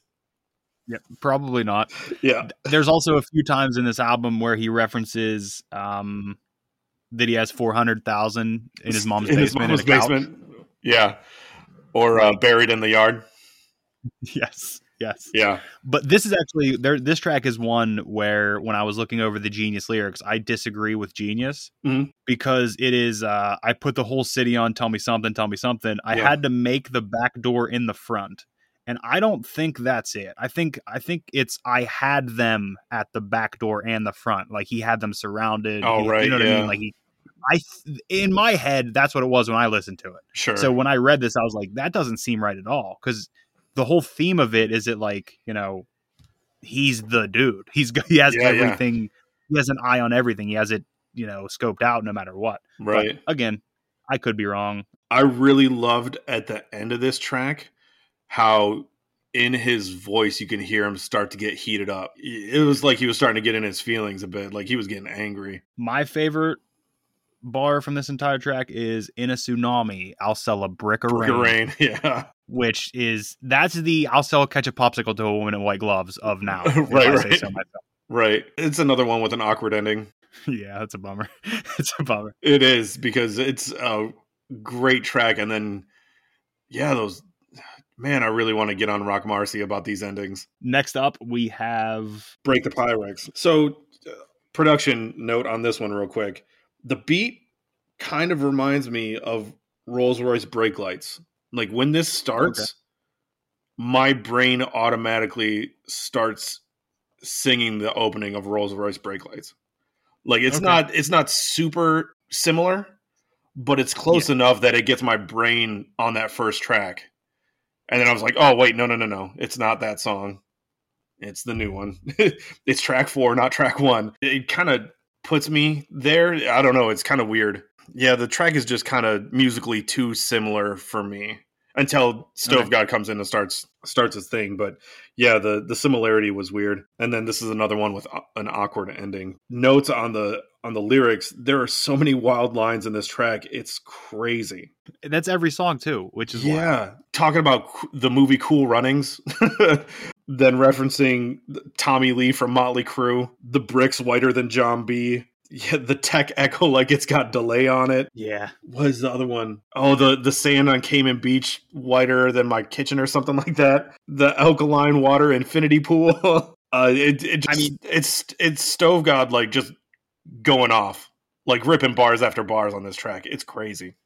S4: Probably not.
S5: yeah,
S4: There's also a few times in this album where he references um, that he has four hundred thousand in his mom's basement. and a couch.
S5: Yeah, or uh, buried in the yard.
S4: Yes. Yes.
S5: Yeah,
S4: But this is actually there. This track is one where when I was looking over the Genius lyrics, I disagree with Genius
S5: Mhm.
S4: because it is. Uh, I put the whole city on. Tell me something. Tell me something. I
S5: Yeah.
S4: had to make the back door in the front, and I don't think that's it. I think I think it's I had them at the back door and the front. Like he had them surrounded.
S5: Oh,
S4: He-
S5: right,
S4: You know what I
S5: yeah.
S4: mean? Like he. I th- in my head that's what it was when I listened to it.
S5: sure.
S4: So when I read this, I was like, that doesn't seem right at all. Because the whole theme of it is it like you know, he's the dude. He's he has
S5: Yeah, yeah.
S4: everything. He has an eye on everything. He has it you know scoped out no matter what. But
S5: right.
S4: again, I could be wrong.
S5: I really loved at the end of this track how in his voice you can hear him start to get heated up. It was like he was starting to get in his feelings a bit, like he was getting angry.
S4: My favorite bar from this entire track is in a tsunami i'll sell a brick of
S5: Brick
S4: rain,
S5: of rain, yeah,
S4: which is that's the i'll sell a ketchup popsicle to a woman in white gloves of now if
S5: Right,
S4: I say
S5: right.
S4: so myself.
S5: right. It's another one with an awkward ending.
S4: yeah that's a bummer it's a bummer
S5: It is because it's a great track, and then yeah, those man, I really want to get on Rock Marcy about these endings.
S4: next up we have
S5: break the Pyrex. So, uh, production note on this one, real quick. The beat kind of reminds me of Rolls Royce brake lights. Like when this starts, my brain automatically starts singing the opening of Rolls Royce brake lights. Like it's
S4: Okay.
S5: not it's not super similar, but it's close enough that it gets my brain on that first track. And then I was like, oh wait, no, no, no, no. It's not that song. It's the new one. it's track four, not track one. It kind of puts me there. I don't know. It's kind of weird. Yeah, the track is just kind of musically too similar for me until Stove
S4: Okay.
S5: God comes in and starts starts his thing. But yeah, the the similarity was weird. And then this is another one with a- an awkward ending. Notes on the on the lyrics. There are so many wild lines in this track. It's crazy.
S4: And that's every song too, which is why.
S5: Yeah, talking about c- the movie Cool Runnings. Then referencing Tommy Lee from Motley Crue, the bricks whiter than John B. Yeah, the tech echo like it's got delay on it.
S4: Yeah.
S5: What is the other one? Oh, the the sand on Cayman Beach whiter than my kitchen or something like that. The alkaline water infinity pool. uh, it, it just,
S4: I mean-
S5: it's it's stove god like just going off, like ripping bars after bars on this track. It's crazy.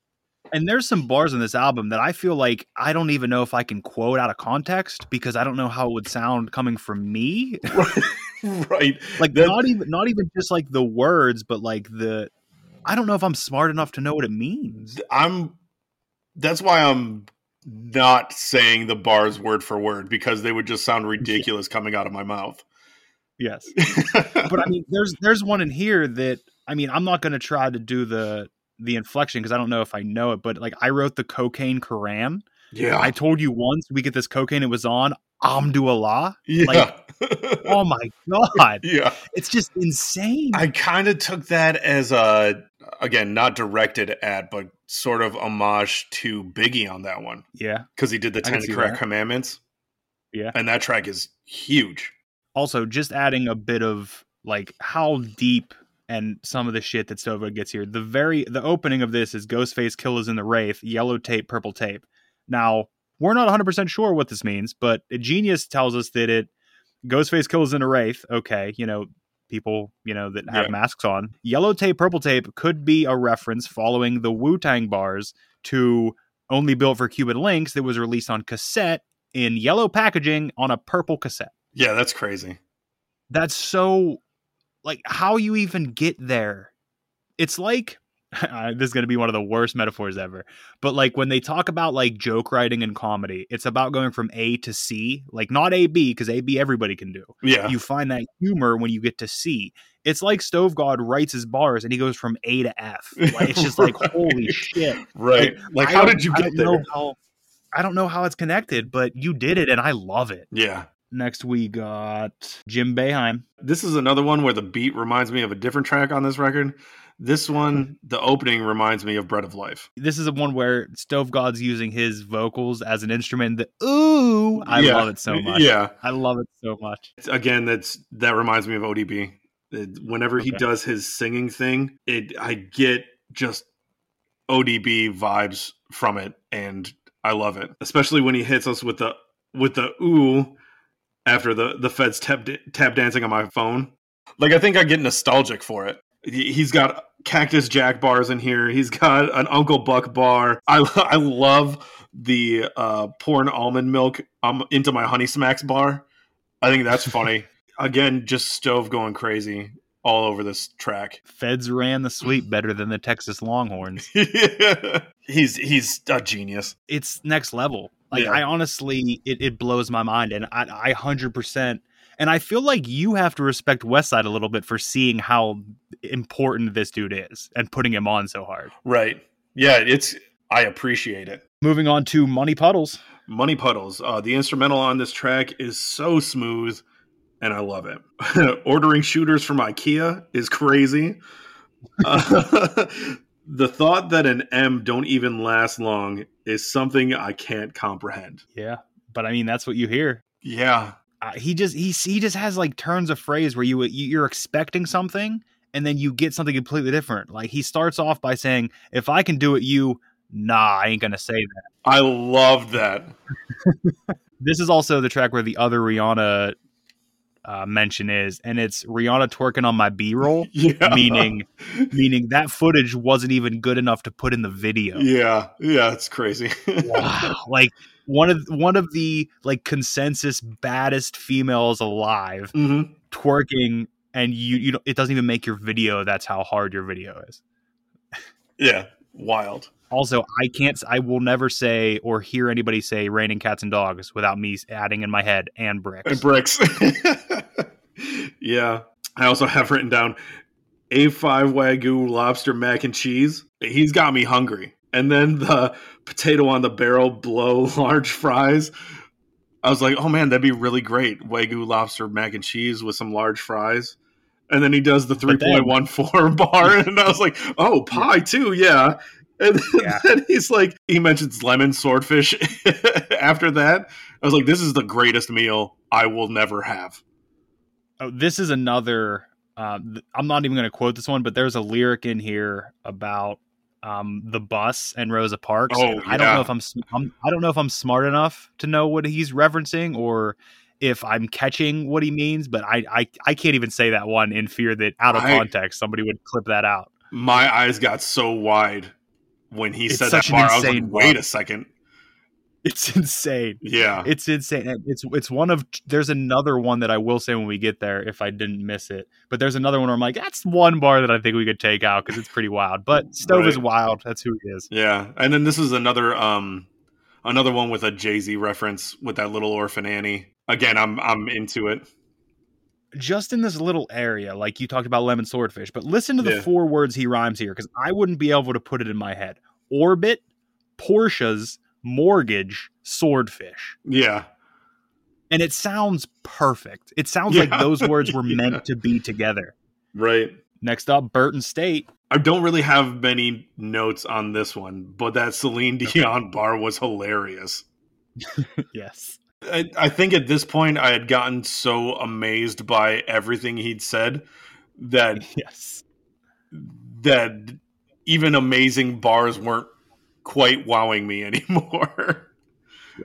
S4: And there's some bars on this album that I feel like I don't even know if I can quote out of context because I don't know how it would sound coming from me.
S5: right?
S4: Like
S5: That-
S4: not even not even just like the words, but like the I don't know if I'm smart enough to know what it means.
S5: I'm. That's why I'm not saying the bars word for word because they would just sound ridiculous coming out of my mouth.
S4: Yes. but I mean, there's there's one in here that I mean, I'm not going to try to do the the inflection because I don't know if I know it, but like I wrote the cocaine Quran.
S5: yeah,
S4: I told you once we get this cocaine, it was on Amdu Allah.
S5: yeah. Uh,
S4: Oh my god,
S5: yeah.
S4: it's just insane.
S5: I kind of took that as a again not directed at, but sort of homage to Biggie on that one
S4: yeah.
S5: because he did the
S4: I can
S5: Ten
S4: see
S5: Correct
S4: that.
S5: Commandments.
S4: Yeah.
S5: and that track is huge.
S4: Also, just adding a bit of like how deep and some of the shit that Stova gets here. The very the opening of this is Ghostface Killers in the Wraith, yellow tape, purple tape. Now, we're not 100% sure what this means, but Genius tells us that it Ghostface Killers in the Wraith, okay, you know, people, you know, that have
S5: Yeah.
S4: masks on. Yellow tape, purple tape could be a reference following the Wu-Tang bars to Only Built for Cuban Links that was released on cassette in yellow packaging on a purple cassette
S5: Yeah, that's crazy.
S4: that's so like how you even get there it's like this is going to be one of the worst metaphors ever but like when they talk about like joke writing and comedy it's about going from a to c like not a b because a b everybody can do
S5: Yeah,
S4: you find that humor when you get to c it's like stove god writes his bars and he goes from a to f like, it's just like
S5: Right.
S4: holy shit
S5: right. Like,
S4: I
S5: how
S4: don't-
S5: did you
S4: I
S5: get
S4: don't know
S5: there?
S4: how- i don't know how it's connected but you did it and i love it
S5: Yeah,
S4: next we got jim Beheim.
S5: this is another one where the beat reminds me of a different track on this record. This
S4: Mm-hmm.
S5: one, the opening reminds me of Bread of Life.
S4: this is the one where Stove God's using his vocals as an instrument. The ooh, I
S5: Yeah.
S4: love it so much.
S5: Yeah,
S4: I love it so much.
S5: It's- again that's that reminds me of odb It- whenever he
S4: Okay.
S5: does his singing thing it i get just odb vibes from it and i love it especially when he hits us with the with the ooh after the the feds tap, da- tap dancing on my phone like i think i get nostalgic for it He- he's got cactus jack bars in here he's got an uncle buck bar i i love the uh pouring almond milk um, into my honey smacks bar I think that's funny. Again, just stove going crazy all over this track.
S4: Feds ran the sweep better than the Texas Longhorns.
S5: he's he's a genius.
S4: It's next level. Like
S5: Yeah.
S4: I honestly, it, it blows my mind, and I, I hundred percent. And I feel like you have to respect Westside a little bit for seeing how important this dude is and putting him on so hard.
S5: Right. Yeah, it's I appreciate it.
S4: Moving on to Money Puddles.
S5: Money Puddles. Uh, the instrumental on this track is so smooth, and I love it. Ordering shooters from IKEA is crazy. Uh, the thought that an M don't even last long is something I can't comprehend.
S4: Yeah, but I mean that's what you hear.
S5: Yeah.
S4: uh, he just he he just has like turns of phrase where you you- you're expecting something and then you get something completely different. Like he starts off by saying, "If I can do it, you nah, I ain't gonna say that."
S5: I love that.
S4: This is also the track where the other Rihanna uh, mention is, and it's Rihanna twerking on my B roll,
S5: Yeah.
S4: meaning meaning that footage wasn't even good enough to put in the video.
S5: Yeah, yeah, it's crazy.
S4: Wow. like one of one of the like consensus baddest females alive
S5: Mhm.
S4: twerking and you you know it doesn't even make your video that's how hard your video is
S5: Yeah, wild.
S4: also i can't i will never say or hear anybody say raining cats and dogs without me adding in my head and bricks
S5: And bricks. yeah, I also have written down A5 Wagyu lobster mac and cheese He's got me hungry. And then the potato on the barrel blow large fries. I was like, oh man, that'd be really great. Wagyu lobster mac and cheese with some large fries. And then he does the
S4: But then-
S5: 3.14 bar. And I was like, oh, pie too. Yeah. And then,
S4: Yeah.
S5: then he's like, he mentions lemon swordfish after that. I was like, this is the greatest meal I will never have.
S4: Oh, this is another. Uh, th- I'm not even going to quote this one, but there's a lyric in here about um, the bus and Rosa Parks.
S5: Oh,
S4: I don't
S5: yeah.
S4: know if I'm, s- I'm I don't know if I'm smart enough to know what he's referencing or if I'm catching what he means. But I I, I can't even say that one in fear that out of
S5: I-
S4: context somebody would clip that out.
S5: My eyes got so wide when he
S4: It's
S5: said that
S4: such an
S5: bar. I was like,
S4: insane
S5: wait
S4: bar.
S5: a second.
S4: It's insane.
S5: Yeah.
S4: It's insane. And It's it's one of there's another one that I will say when we get there if I didn't miss it. But there's another one where I'm like, that's one bar that I think we could take out because it's pretty wild. But Stove is
S5: Right.
S4: wild. That's who he is.
S5: Yeah, and then this is another um another one with a Jay Z reference with that little orphan Annie. Again, I'm I'm into it.
S4: Just in this little area, like you talked about lemon swordfish, but listen to the
S5: Yeah.
S4: four words he rhymes here because I wouldn't be able to put it in my head. Orbit, Porsches, mortgage, swordfish.
S5: Yeah,
S4: And it sounds perfect. It sounds like
S5: Yeah.
S4: those words were
S5: Yeah.
S4: meant to be together.
S5: right.
S4: Next up, Burton State.
S5: I don't really have many notes on this one, but that Celine Dion bar was hilarious.
S4: Yes.
S5: I, I think at this point I had gotten so amazed by everything he'd said that
S4: Yes.
S5: that even amazing bars weren't quite wowing me anymore.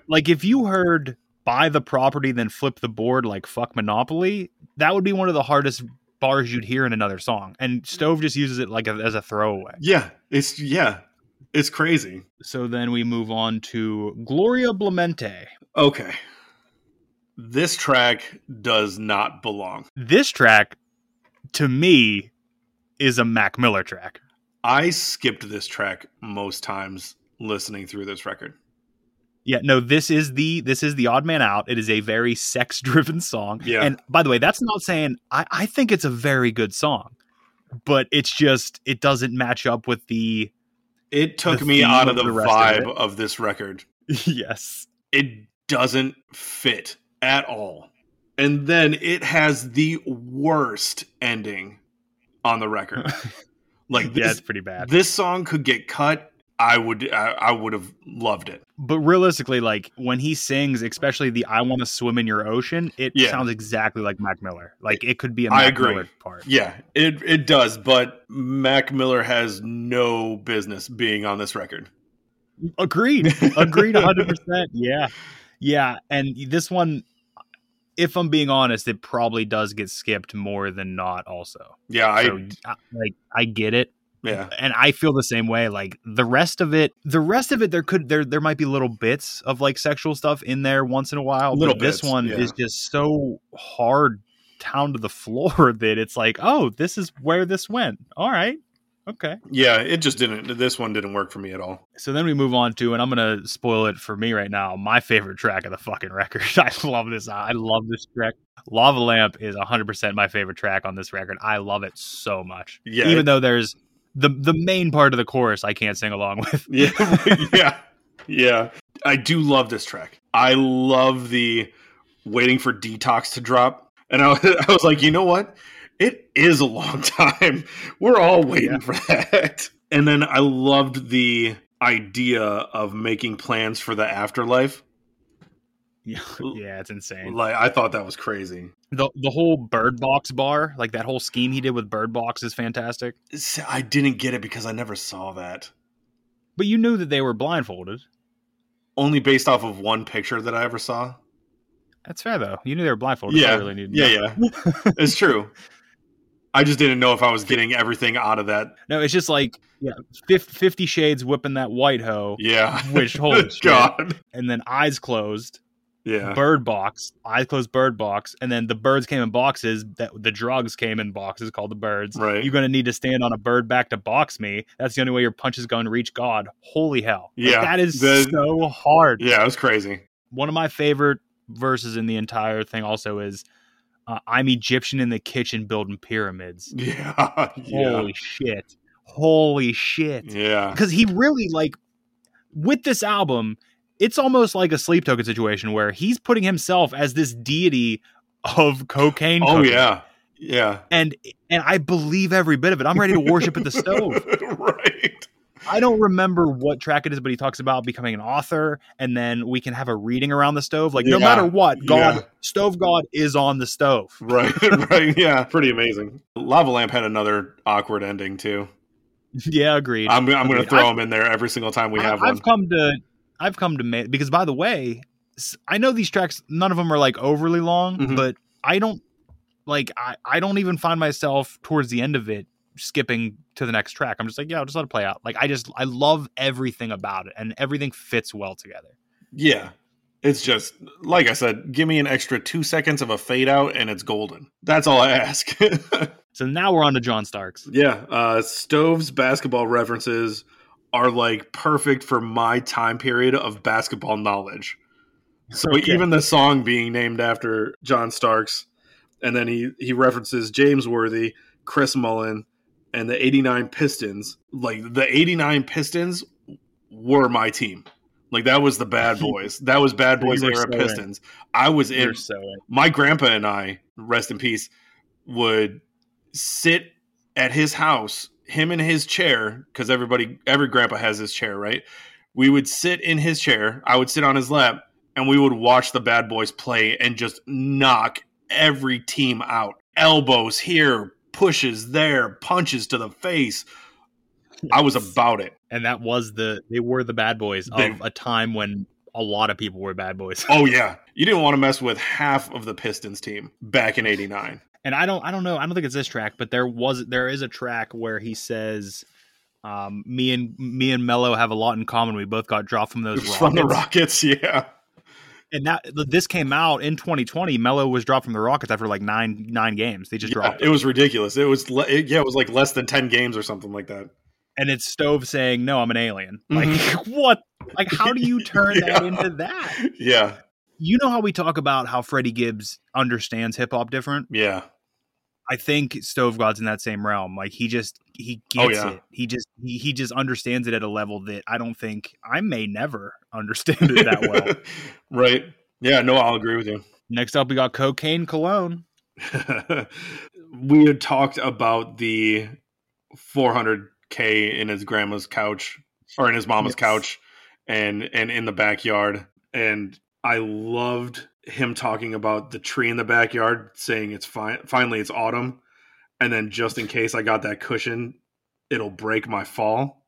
S4: like if you heard buy the property then flip the board like fuck monopoly that would be one of the hardest bars you'd hear in another song and stove just uses it like a, as a throwaway
S5: yeah, it's yeah, it's crazy.
S4: so then we move on to gloria blemente
S5: Okay. This track does not belong.
S4: this track to me is a mac miller track
S5: I skipped this track most times listening through this record.
S4: yeah no this is the this is the odd man out it is a very sex driven song
S5: Yeah.
S4: and by the way that's not saying I, I think it's a very good song but it's just it doesn't match up with the
S5: It took
S4: The
S5: me
S4: theme
S5: out of
S4: of
S5: the,
S4: the rest of
S5: vibe
S4: it.
S5: of, this record.
S4: yes.
S5: It doesn't fit at all. And then it has the worst ending on the record. like
S4: yeah,
S5: this,
S4: it's pretty bad.
S5: this song could get cut. I would I, I would have loved it.
S4: but realistically, like when he sings, especially the "I Want to Swim in Your Ocean," it
S5: Yeah.
S4: sounds exactly like Mac Miller. Like it could be a
S5: I
S4: Mac
S5: agree.
S4: Miller part.
S5: Yeah, it it does, but Mac Miller has no business being on this record.
S4: Agreed. Agreed, hundred percent. Yeah, yeah. And this one, if I'm being honest, it probably does get skipped more than not. Also,
S5: Yeah, I
S4: so, I, like I get it.
S5: yeah.
S4: and I feel the same way. Like the rest of it, the rest of it, there could there there might be little bits of like sexual stuff in there once in a while.
S5: Little
S4: but this
S5: bits,
S4: one
S5: yeah.
S4: is just so hard down to the floor that it's like, oh, this is where this went. All right, okay.
S5: Yeah, it just didn't this one didn't work for me at all.
S4: So then we move on to, and I'm gonna spoil it for me right now. My favorite track of the fucking record. I love this. I love this track. Lava Lamp is 100% my favorite track on this record. I love it so much.
S5: Yeah,
S4: Even
S5: it-
S4: though there's the the main part of the chorus I can't sing along with.
S5: Yeah. yeah. Yeah. I do love this track. I love the waiting for detox to drop. And I, I was like, you know what? It is a long time. We're all waiting for that. And then I loved the idea of making plans for the afterlife.
S4: Yeah, yeah, it's insane.
S5: Like I thought that was crazy.
S4: The the whole bird box bar, like that whole scheme he did with bird box is fantastic.
S5: See, I didn't get it because I never saw that.
S4: But you knew that they were blindfolded.
S5: Only based off of one picture that I ever saw.
S4: That's fair though. You knew they were blindfolded.
S5: Yeah,
S4: I really needed
S5: Yeah, yeah. it's true. I just didn't know if I was getting everything out of that.
S4: No, it's just like yeah, fif- 50 shades whipping that white hoe
S5: Yeah.
S4: Which, holy shit.
S5: God. Uh.
S4: and then eyes closed,
S5: Yeah.
S4: bird box, eyes closed bird box, and then the birds came in boxes that the drugs came in boxes called the birds.
S5: Right.
S4: You're going to need to stand on a bird back to box me. That's the only way your punch is going to reach God. Holy hell. Like,
S5: Yeah,
S4: that is
S5: the-
S4: so hard.
S5: yeah, it was crazy.
S4: one of my favorite verses in the entire thing also is uh, i'm egyptian in the kitchen building pyramids
S5: Yeah. yeah.
S4: holy shit holy shit.
S5: Yeah.
S4: Because he really like with this album, it's almost like a sleep token situation where he's putting himself as this deity of cocaine.
S5: Oh
S4: cooking.
S5: yeah. Yeah.
S4: And and I believe every bit of it. I'm ready to worship at the stove.
S5: right.
S4: I don't remember what track it is, but he talks about becoming an author, and then we can have a reading around the stove. Like no
S5: Yeah.
S4: matter what, God,
S5: Yeah.
S4: stove God is on the stove.
S5: Right. right. Yeah. Pretty amazing. Lava Lamp had another awkward ending too.
S4: Yeah, agreed.
S5: I'm, I'm going to
S4: Agreed.
S5: throw
S4: I've-
S5: them in there every single time we
S4: I-
S5: have
S4: I've
S5: one.
S4: come to, I've come to ma- because by the way, s- I know these tracks. None of them are like overly long,
S5: Mhm.
S4: but I don't like. I I don't even find myself towards the end of it skipping to the next track. I'm just like, yeah, I'll just let it play out. Like I just I love everything about it, and everything fits well together.
S5: Yeah. It's just like I said, give me an extra two seconds of a fade out and it's golden. That's all I ask.
S4: So now we're on to John Starks.
S5: yeah. Uh Stove's basketball references are like perfect for my time period of basketball knowledge. So
S4: Okay.
S5: even the song being named after John Starks, and then he he references James Worthy, Chris Mullen, and the 89 Pistons. Like the 89 Pistons were my team. Like that was the bad boys. That was bad
S4: You
S5: boys
S4: were
S5: era
S4: so in.
S5: Pistons. I was in
S4: You're so in.
S5: my grandpa and I, rest in peace, would sit at his house, him in his chair, because everybody, every grandpa has his chair, right? We would sit in his chair. I would sit on his lap, and we would watch the bad boys play and just knock every team out. Elbows here, pushes there, punches to the face. I was about it.
S4: and that was the they were the bad boys
S5: They-
S4: of a time when a lot of people were bad boys.
S5: Oh yeah, you didn't want to mess with half of the Pistons team back in '89.
S4: and I don't I don't know I don't think it's this track, but there was there is a track where he says, um, "Me and me and Mello have a lot in common. We both got dropped from those
S5: From the
S4: Rockets."
S5: Rockets, yeah.
S4: And that this came out in 2020. Mello was dropped from the Rockets after like nine nine games. They just
S5: Yeah,
S4: dropped,
S5: it
S4: him.
S5: was ridiculous. It was le- it, yeah, it was like less than ten games or something like that.
S4: and it's Stove saying, "No, I'm an alien." Like what? Like how do you turn that
S5: Mm-hmm. Yeah.
S4: into that?
S5: Yeah,
S4: You know how we talk about how Freddie Gibbs understands hip hop different.
S5: yeah,
S4: I think Stove God's in that same realm. Like he just he
S5: Oh,
S4: gets
S5: yeah.
S4: it. He just he, he just understands it at a level that I don't think I may never understand it that well.
S5: right? Yeah, no, I'll agree with you.
S4: Next up, we got Cocaine Cologne.
S5: we had talked about the 400k in his grandma's couch or in his mama's
S4: Yes.
S5: couch and and in the backyard and i loved him talking about the tree in the backyard saying it's fine finally it's autumn and then just in case i got that cushion it'll break my fall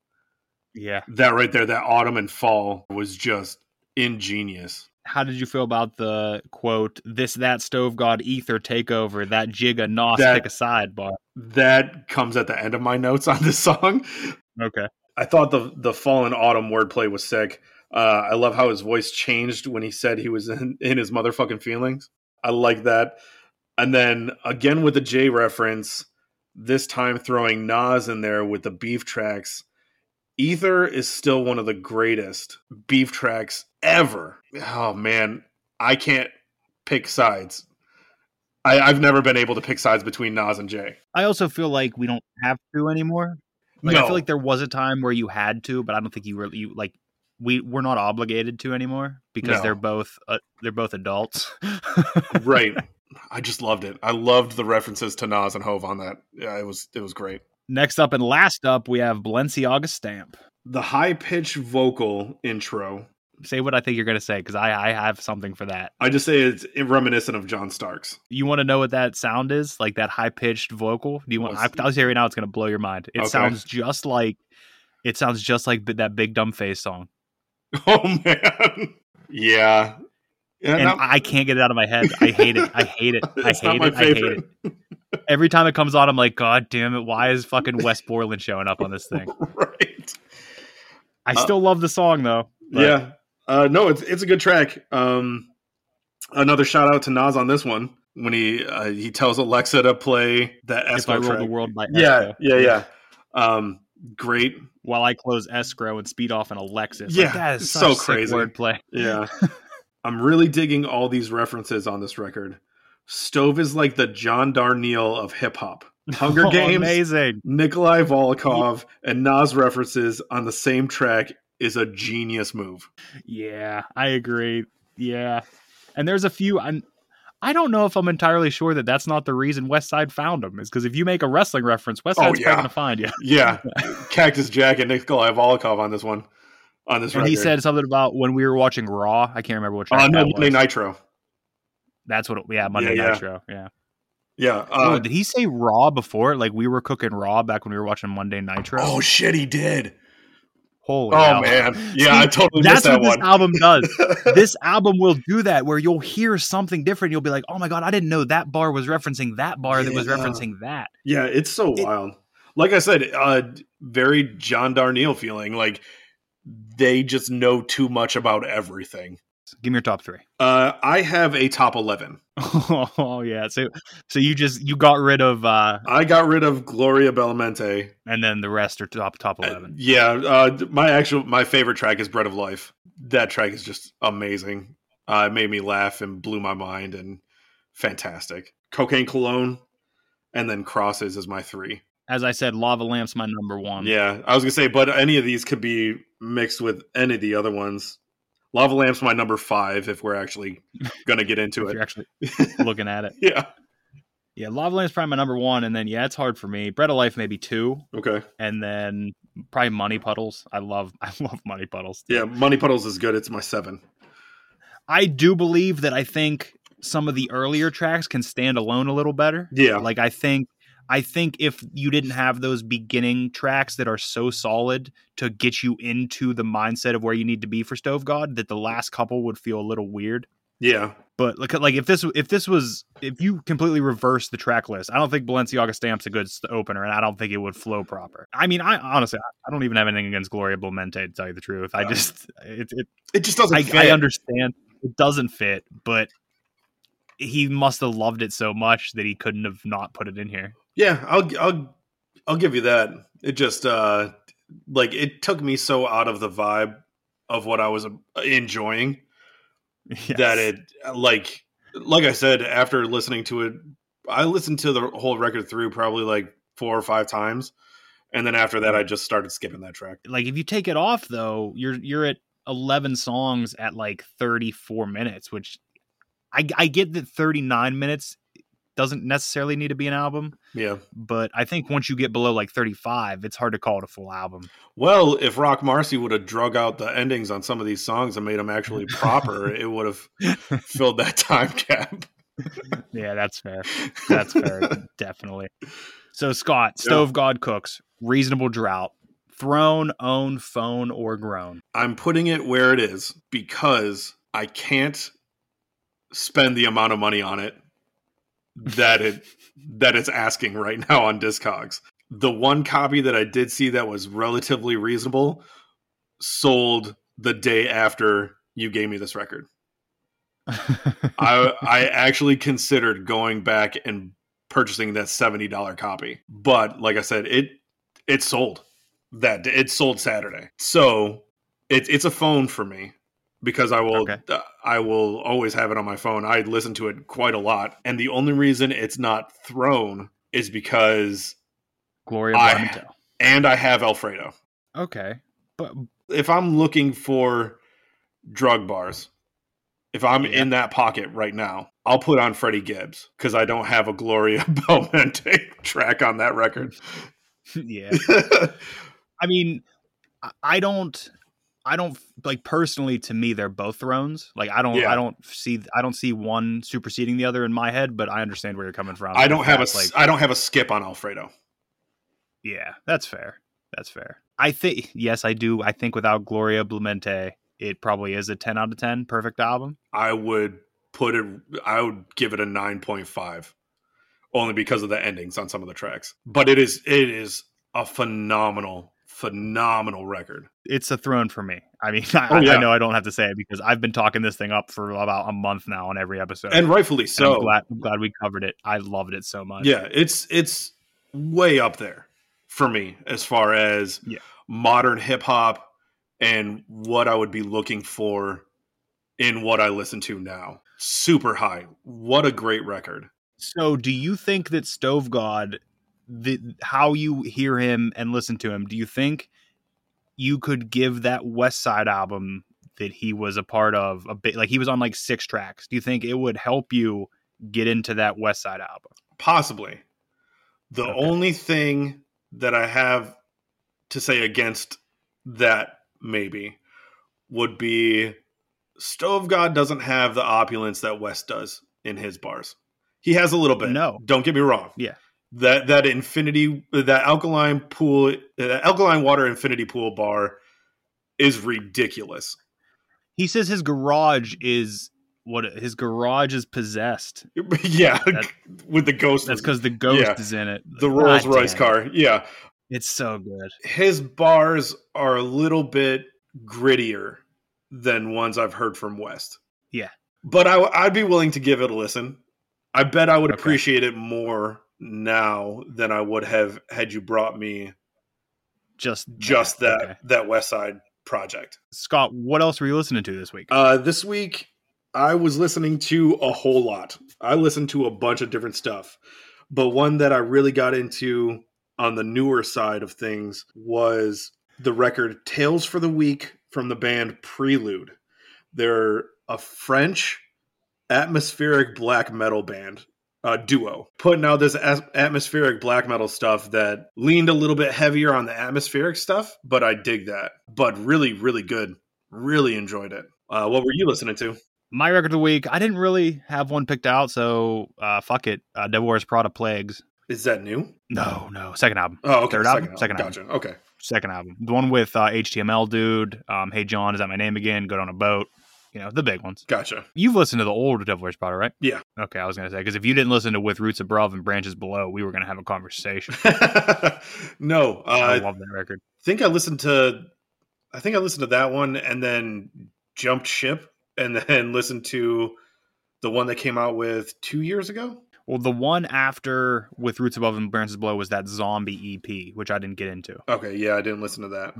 S4: Yeah.
S5: that right there that autumn and fall was just ingenious
S4: How did you feel about the quote? This that Stove God ether takeover that jigga nos
S5: That-
S4: pick a side bar.
S5: that comes at the end of my notes on this song
S4: Okay.
S5: I thought the the fallen autumn wordplay was sick. Uh, I love how his voice changed when he said he was in, in his motherfucking feelings. I like that. And then again with the J reference, this time throwing Nas in there with the beef tracks. Ether is still one of the greatest beef tracks ever. Oh man, I can't pick sides. I, I've never been able to pick sides between Nas and Jay.
S4: I also feel like we don't have to anymore. Like I
S5: No.
S4: feel like there was a time where you had to, but I don't think you really you, like we we're not obligated to anymore because
S5: No.
S4: they're both uh, they're both adults.
S5: right. I just loved it. I loved the references to Nas and Hove on that. Yeah, it was it was great.
S4: Next up and last up, we have Balenciaga Stamp.
S5: The high pitched vocal intro.
S4: Say what I think you're going to say because I, I have something for that.
S5: I just say it's reminiscent of John Starks.
S4: You want to know what that sound is? Like that high pitched vocal? Do you want? I,
S5: Let's-
S4: I'll say right now, it's going to blow your mind. It
S5: Okay.
S4: sounds just like it sounds just like b- that Big Dumb Face song,
S5: Oh man. Yeah. Yeah,
S4: and
S5: not-
S4: I can't get it out of my head. I hate it. I hate it. I
S5: it's not
S4: hate
S5: my
S4: it. I hate it.
S5: favorite.
S4: Every time it comes on, I'm like, God damn it! Why is fucking West Borland showing up on this thing?
S5: right.
S4: I
S5: Uh,
S4: still love the song though. but-
S5: Yeah. Uh, no, it's it's a good track. Um, another shout out to Nas on this one when he uh, he tells Alexa to play that
S4: If I
S5: escrow
S4: roll
S5: track.
S4: the world by
S5: yeah,
S4: Esco.
S5: yeah, yeah. Um, great,
S4: while I close escrow and speed off an Alexis.
S5: Yeah,
S4: like, that is
S5: it's
S4: such
S5: so
S4: sick
S5: crazy.
S4: wordplay.
S5: Yeah. I'm really digging all these references on this record. Stove is like the John Darnielle of hip hop. Hunger Games,
S4: Oh, Amazing.
S5: Nikolai Volkov, and Nas references on the same track is a genius move.
S4: Yeah, I agree. Yeah. And there's a few I'm I don't know if I'm entirely sure that that's not the reason West Side found him is because if you make a wrestling reference, West
S5: Oh,
S4: Side's
S5: yeah.
S4: probably going to find you.
S5: Yeah, Cactus Jack and Nikolai Volkov on this one. On this
S4: And he
S5: record.
S4: said something about when we were watching Raw. I can't remember which.
S5: "On
S4: that
S5: Uh, Monday
S4: was.
S5: Nitro."
S4: That's what. It, yeah, Monday
S5: Yeah, yeah.
S4: Nitro. Yeah.
S5: Yeah.
S4: oh,
S5: Uh,
S4: did he say Raw before? Like we were cooking Raw back when we were watching Monday Nitro.
S5: oh shit, he did.
S4: Holy.
S5: Oh
S4: hell.
S5: man, yeah, I totally
S4: That's
S5: missed that
S4: what this
S5: one.
S4: album does. this album will do that where you'll hear something different. You'll be like, oh my God, I didn't know that bar was referencing that bar that was
S5: Yeah.
S4: referencing that.
S5: Yeah, it's so wild. Like I said, uh very John Darnielle feeling. Like they just know too much about everything.
S4: Give me your top three.
S5: Uh I have a top eleven.
S4: oh yeah. So so you just you got rid of uh
S5: I got rid of Gloria Belamonte.
S4: and then the rest are top top
S5: Uh,
S4: eleven.
S5: yeah, uh my actual my favorite track is Bread of Life. That track is just amazing. Uh it made me laugh and blew my mind and fantastic. Cocaine Cologne and then Crosses is my three.
S4: As I said, Lava Lamp's my number one.
S5: Yeah, I was gonna say, but any of these could be mixed with any of the other ones. Lava Lamp's my number five if we're actually gonna get into
S4: If you're
S5: it.
S4: actually looking at it.
S5: Yeah.
S4: Yeah, Lava Lamp's probably my number one, and then yeah, it's hard for me. Bread of Life maybe two,
S5: Okay.
S4: and then probably Money Puddles. I love I love Money Puddles.
S5: Yeah, Money Puddles is good. It's my seven.
S4: I do believe that I think some of the earlier tracks can stand alone a little better.
S5: Yeah.
S4: Like I think I think if you didn't have those beginning tracks that are so solid to get you into the mindset of where you need to be for Stove God, that the last couple would feel a little weird.
S5: Yeah.
S4: But like, like if this if this was if you completely reverse the track list, I don't think Balenciaga Stamp's a good s- opener, and I don't think it would flow proper. I mean, I honestly, I- I don't even have anything against Gloria Belmonte to tell you the truth. I
S5: Yeah.
S4: just it, it
S5: It just doesn't
S4: I,
S5: fit.
S4: I understand it doesn't fit, but he must have loved it so much that he couldn't have not put it in here.
S5: Yeah, I'll I'll I'll give you that. It just uh like it took me so out of the vibe of what I was uh, enjoying
S4: Yes.
S5: that it like like I said after listening to it, I listened to the whole record through probably like four or five times, and then after that, I just started skipping that track.
S4: like if you take it off though, you're you're at eleven songs at like thirty four minutes, which I I get that thirty nine minutes doesn't necessarily need to be an album,
S5: Yeah.
S4: but I think once you get below like thirty five, it's hard to call it a full album.
S5: Well, if Rock Marcy would have drug out the endings on some of these songs and made them actually proper, it would have filled that time gap.
S4: Yeah, that's fair. That's fair, definitely. So Scott, Stove God cooks, reasonable drought, throne, own, phone, or grown.
S5: I'm putting it where it is because I can't spend the amount of money on it that it that it's asking right now on Discogs. The one copy that I did see that was relatively reasonable sold the day after you gave me this record. I I actually considered going back and purchasing that seventy dollar copy, but like I said, it it sold that day. it sold Saturday, so it's it's a phone for me because I will
S4: Okay.
S5: uh, I will always have it on my phone. I listen to it quite a lot, and the only reason it's not thrown is because
S4: Gloria
S5: I-
S4: Bonanto.
S5: and I have Alfredo.
S4: Okay. But
S5: If I'm looking for drug bars, if I'm
S4: Yeah.
S5: in that pocket right now, I'll put on Freddie Gibbs because I don't have a Gloria Belmonte track on that record.
S4: yeah. I mean, I- I don't, I don't like personally. To me, they're both thrones. Like I don't,
S5: Yeah.
S4: I don't see, I don't see one superseding the other in my head. But I understand where you're coming from.
S5: I don't have a
S4: That's,
S5: s-
S4: like,
S5: I don't have a skip on Alfredo.
S4: yeah, that's fair. That's fair. I think yes, I do. I think without Gloria Blumente, it probably is a ten out of ten perfect album.
S5: I would put it I would give it a 9.5 only because of the endings on some of the tracks. But it is it is a phenomenal phenomenal record.
S4: It's a throne for me. I mean, I,
S5: Oh,
S4: I-
S5: yeah.
S4: I know I don't have to say it because I've been talking this thing up for about a month now on every episode.
S5: And rightfully
S4: And
S5: so.
S4: I'm glad, I'm glad we covered it. I loved it so much.
S5: Yeah, it's it's way up there for me as far as
S4: Yeah.
S5: modern hip hop and what I would be looking for in what I listen to now. Super high. What a great record.
S4: So, do you think that Stove God, the how you hear him and listen to him, do you think you could give that West Side album that he was a part of a bit like he was on like six tracks? Do you think it would help you get into that West Side album?
S5: Possibly. The
S4: Okay.
S5: only thing that I have to say against that maybe would be Stove God doesn't have the opulence that West does in his bars. He has a little bit.
S4: No.
S5: Don't get me wrong.
S4: Yeah.
S5: That that infinity that alkaline pool that alkaline water infinity pool bar is ridiculous.
S4: He says his garage is what his garage is possessed.
S5: yeah.
S4: That-
S5: with the ghost
S4: That's because the ghost
S5: Yeah.
S4: is in it.
S5: the Rolls
S4: God
S5: Royce
S4: damn it.
S5: car. Yeah.
S4: It's so good.
S5: his bars are a little bit grittier than ones I've heard from West.
S4: Yeah.
S5: But I, would be willing to give it a listen. I bet I would
S4: Okay.
S5: appreciate it more now than I would have had you brought me
S4: Just
S5: just that
S4: Okay.
S5: that West Side project.
S4: Scott, what else were you listening to this week?
S5: Uh, this week, I was listening to a whole lot. I listened to a bunch of different stuff, but one that I really got into on the newer side of things was the record Tales for the Week from the band Prelude. They're a French atmospheric black metal band. Uh, duo putting out this as- atmospheric black metal stuff that leaned a little bit heavier on the atmospheric stuff, but I dig that. But really, really good really enjoyed it. Uh, what were you listening to?
S4: My record of the week, I didn't really have one picked out, so uh, fuck it. Uh, Devil Wears Prada Plagues.
S5: Is that new?
S4: No, no. Second album.
S5: Oh, okay.
S4: Third album? Second album.
S5: Gotcha. Okay.
S4: Second album. The one with uh, HTML Dude, um, Hey John, Is That My Name Again? Good on a Boat. You know, the big ones.
S5: Gotcha.
S4: You've listened to the old Devil Wears Prada, right?
S5: Yeah.
S4: Okay, I was going to say, because if you didn't listen to With Roots Above and Branches Below, we were going to have a conversation.
S5: no,
S4: I
S5: uh, I
S4: love that record.
S5: think I listened to, I think I listened to that one and then jumped ship and then listened to the one that came out with two years ago.
S4: Well, the one after With Roots Above and Branches Below was that zombie EP, which I didn't get into.
S5: Okay. Yeah, I didn't listen to that.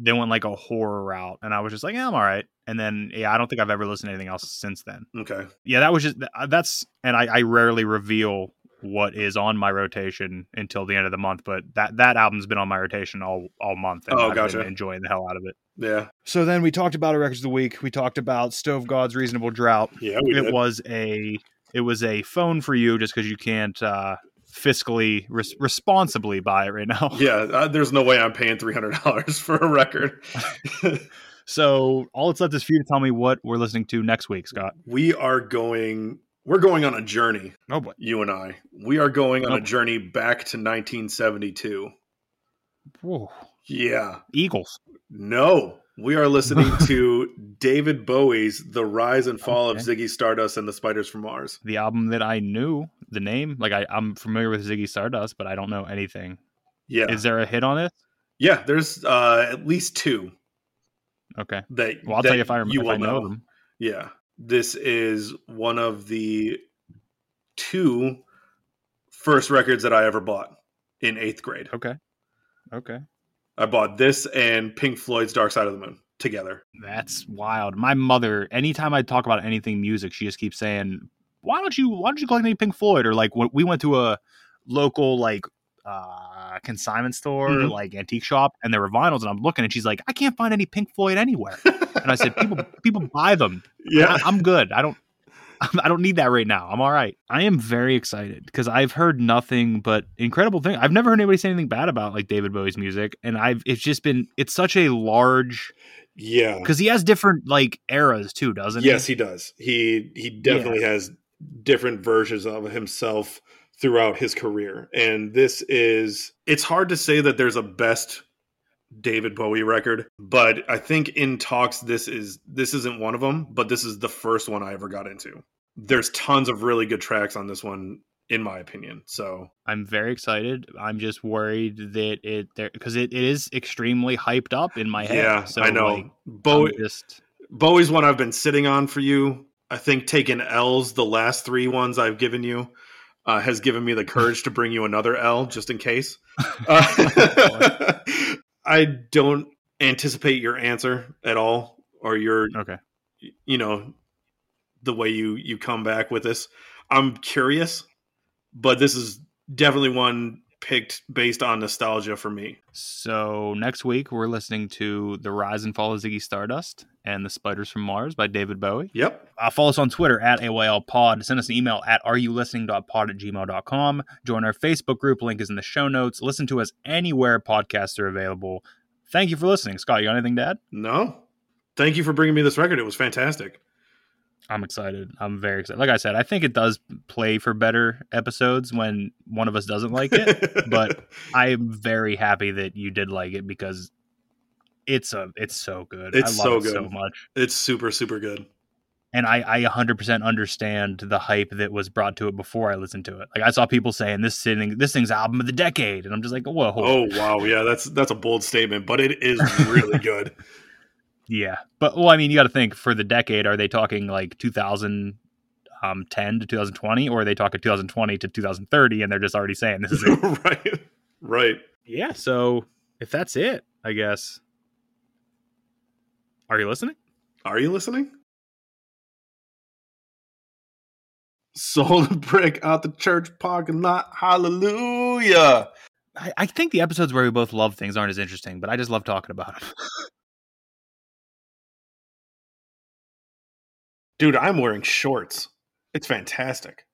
S4: they went like a horror route and i was just like yeah i'm all right and then yeah i don't think i've ever listened to anything else since then
S5: Okay.
S4: yeah that was just th- uh, that's and i, I rarely reveal what is on my rotation until the end of the month but that that album's been on my rotation all all month and
S5: Oh,
S4: I've been
S5: gotcha.
S4: enjoying the hell out of it
S5: Yeah.
S4: so then we talked about our records of the week we talked about stove god's reasonable drought
S5: Yeah. We
S4: it
S5: did.
S4: was a it was a phone for you just because you can't uh fiscally res- responsibly buy it right now
S5: Yeah. Uh, there's no way I'm paying $300 for a record.
S4: so all it's left is for you to tell me what we're listening to next week scott
S5: we are going, we're going on a journey.
S4: Oh boy.
S5: you and I. We are going on a
S4: Nope.
S5: journey back to 1972.
S4: Whoa.
S5: Yeah.
S4: Eagles.
S5: No, we are listening to David Bowie's The Rise and Fall of Ziggy Stardust and the Spiders from Mars.
S4: The album that I knew the name. Like I, I'm familiar with Ziggy Stardust, but I don't know anything.
S5: Yeah.
S4: Is there a hit on it?
S5: yeah, there's uh, at least two
S4: Okay.
S5: that,
S4: Well I'll
S5: that
S4: tell you if I remember if
S5: will
S4: I know them.
S5: Yeah. This is one of the two first records that I ever bought in eighth grade.
S4: Okay. Okay.
S5: I bought this and Pink Floyd's Dark Side of the Moon together.
S4: That's wild. My mother, anytime I talk about anything music, she just keeps saying, Why don't you why don't you collect any Pink Floyd? Or like when we went to a local like uh consignment store,
S5: Mhm.
S4: like antique shop, and there were vinyls, and I'm looking and she's like, I can't find any Pink Floyd anywhere. And I said, People people buy them.
S5: yeah.
S4: I, am good. I don't. I don't need that right now. I'm all right. I am very excited because I've heard nothing but incredible thing. I've never heard anybody say anything bad about like David Bowie's music, and I've it's just been it's such a large
S5: Yeah.
S4: because he has different like eras too, doesn't he?
S5: yes, he does. He he definitely has different versions of himself throughout his career. And this is it's hard to say that there's a best David Bowie record, but I think in talks this is this isn't one of them, but this is the first one I ever got into. There's tons of really good tracks on this one in my opinion. So,
S4: I'm very excited. I'm just worried that it there because it, it is extremely hyped up in my head.
S5: yeah,
S4: so,
S5: I know.
S4: Like, I'm
S5: Bowie
S4: just
S5: Bowie's one I've been sitting on for you. I think taking L's the last three ones I've given you uh, has given me the courage to bring you another L just in case. Uh, I don't anticipate your answer at all, or your
S4: okay.
S5: you know the way you you come back with this. I'm curious, but this is definitely one picked based on nostalgia for me.
S4: So next week we're listening to The Rise and Fall of Ziggy Stardust and The Spiders from Mars by David Bowie.
S5: Yep.
S4: Uh, follow us on Twitter at AYL Pod. Send us an email at areyoulistening.pod at gmail.com. Join our Facebook group. Link is in the show notes. Listen to us anywhere podcasts are available. Thank you for listening. Scott, you got anything to add?
S5: No. Thank you for bringing me this record. It was fantastic.
S4: I'm excited. I'm very excited. Like I said, I think it does play for better episodes when one of us doesn't like it, but I am very happy that you did like it because it's a it's so good.
S5: It's
S4: I
S5: so
S4: love
S5: good.
S4: it so much.
S5: It's super, super good.
S4: And I I 100% understand the hype that was brought to it before I listened to it. Like I saw people saying this thing this thing's album of the decade and I'm just like, "Whoa." hold on.
S5: Oh wow, yeah, that's that's a bold statement, but it is really good.
S4: Yeah. But well, I mean, you got to think for the decade are they talking like 2000 um, 10 to 2020 or are they talking 2020 to 2030 and they're just already saying this is it?
S5: right. Right.
S4: yeah so if that's it i guess are you listening
S5: Are you listening? Sold a brick out the church parking lot. Hallelujah.
S4: I, I think the episodes where we both love things aren't as interesting but i just love talking about them
S5: Dude, I'm wearing shorts. It's fantastic.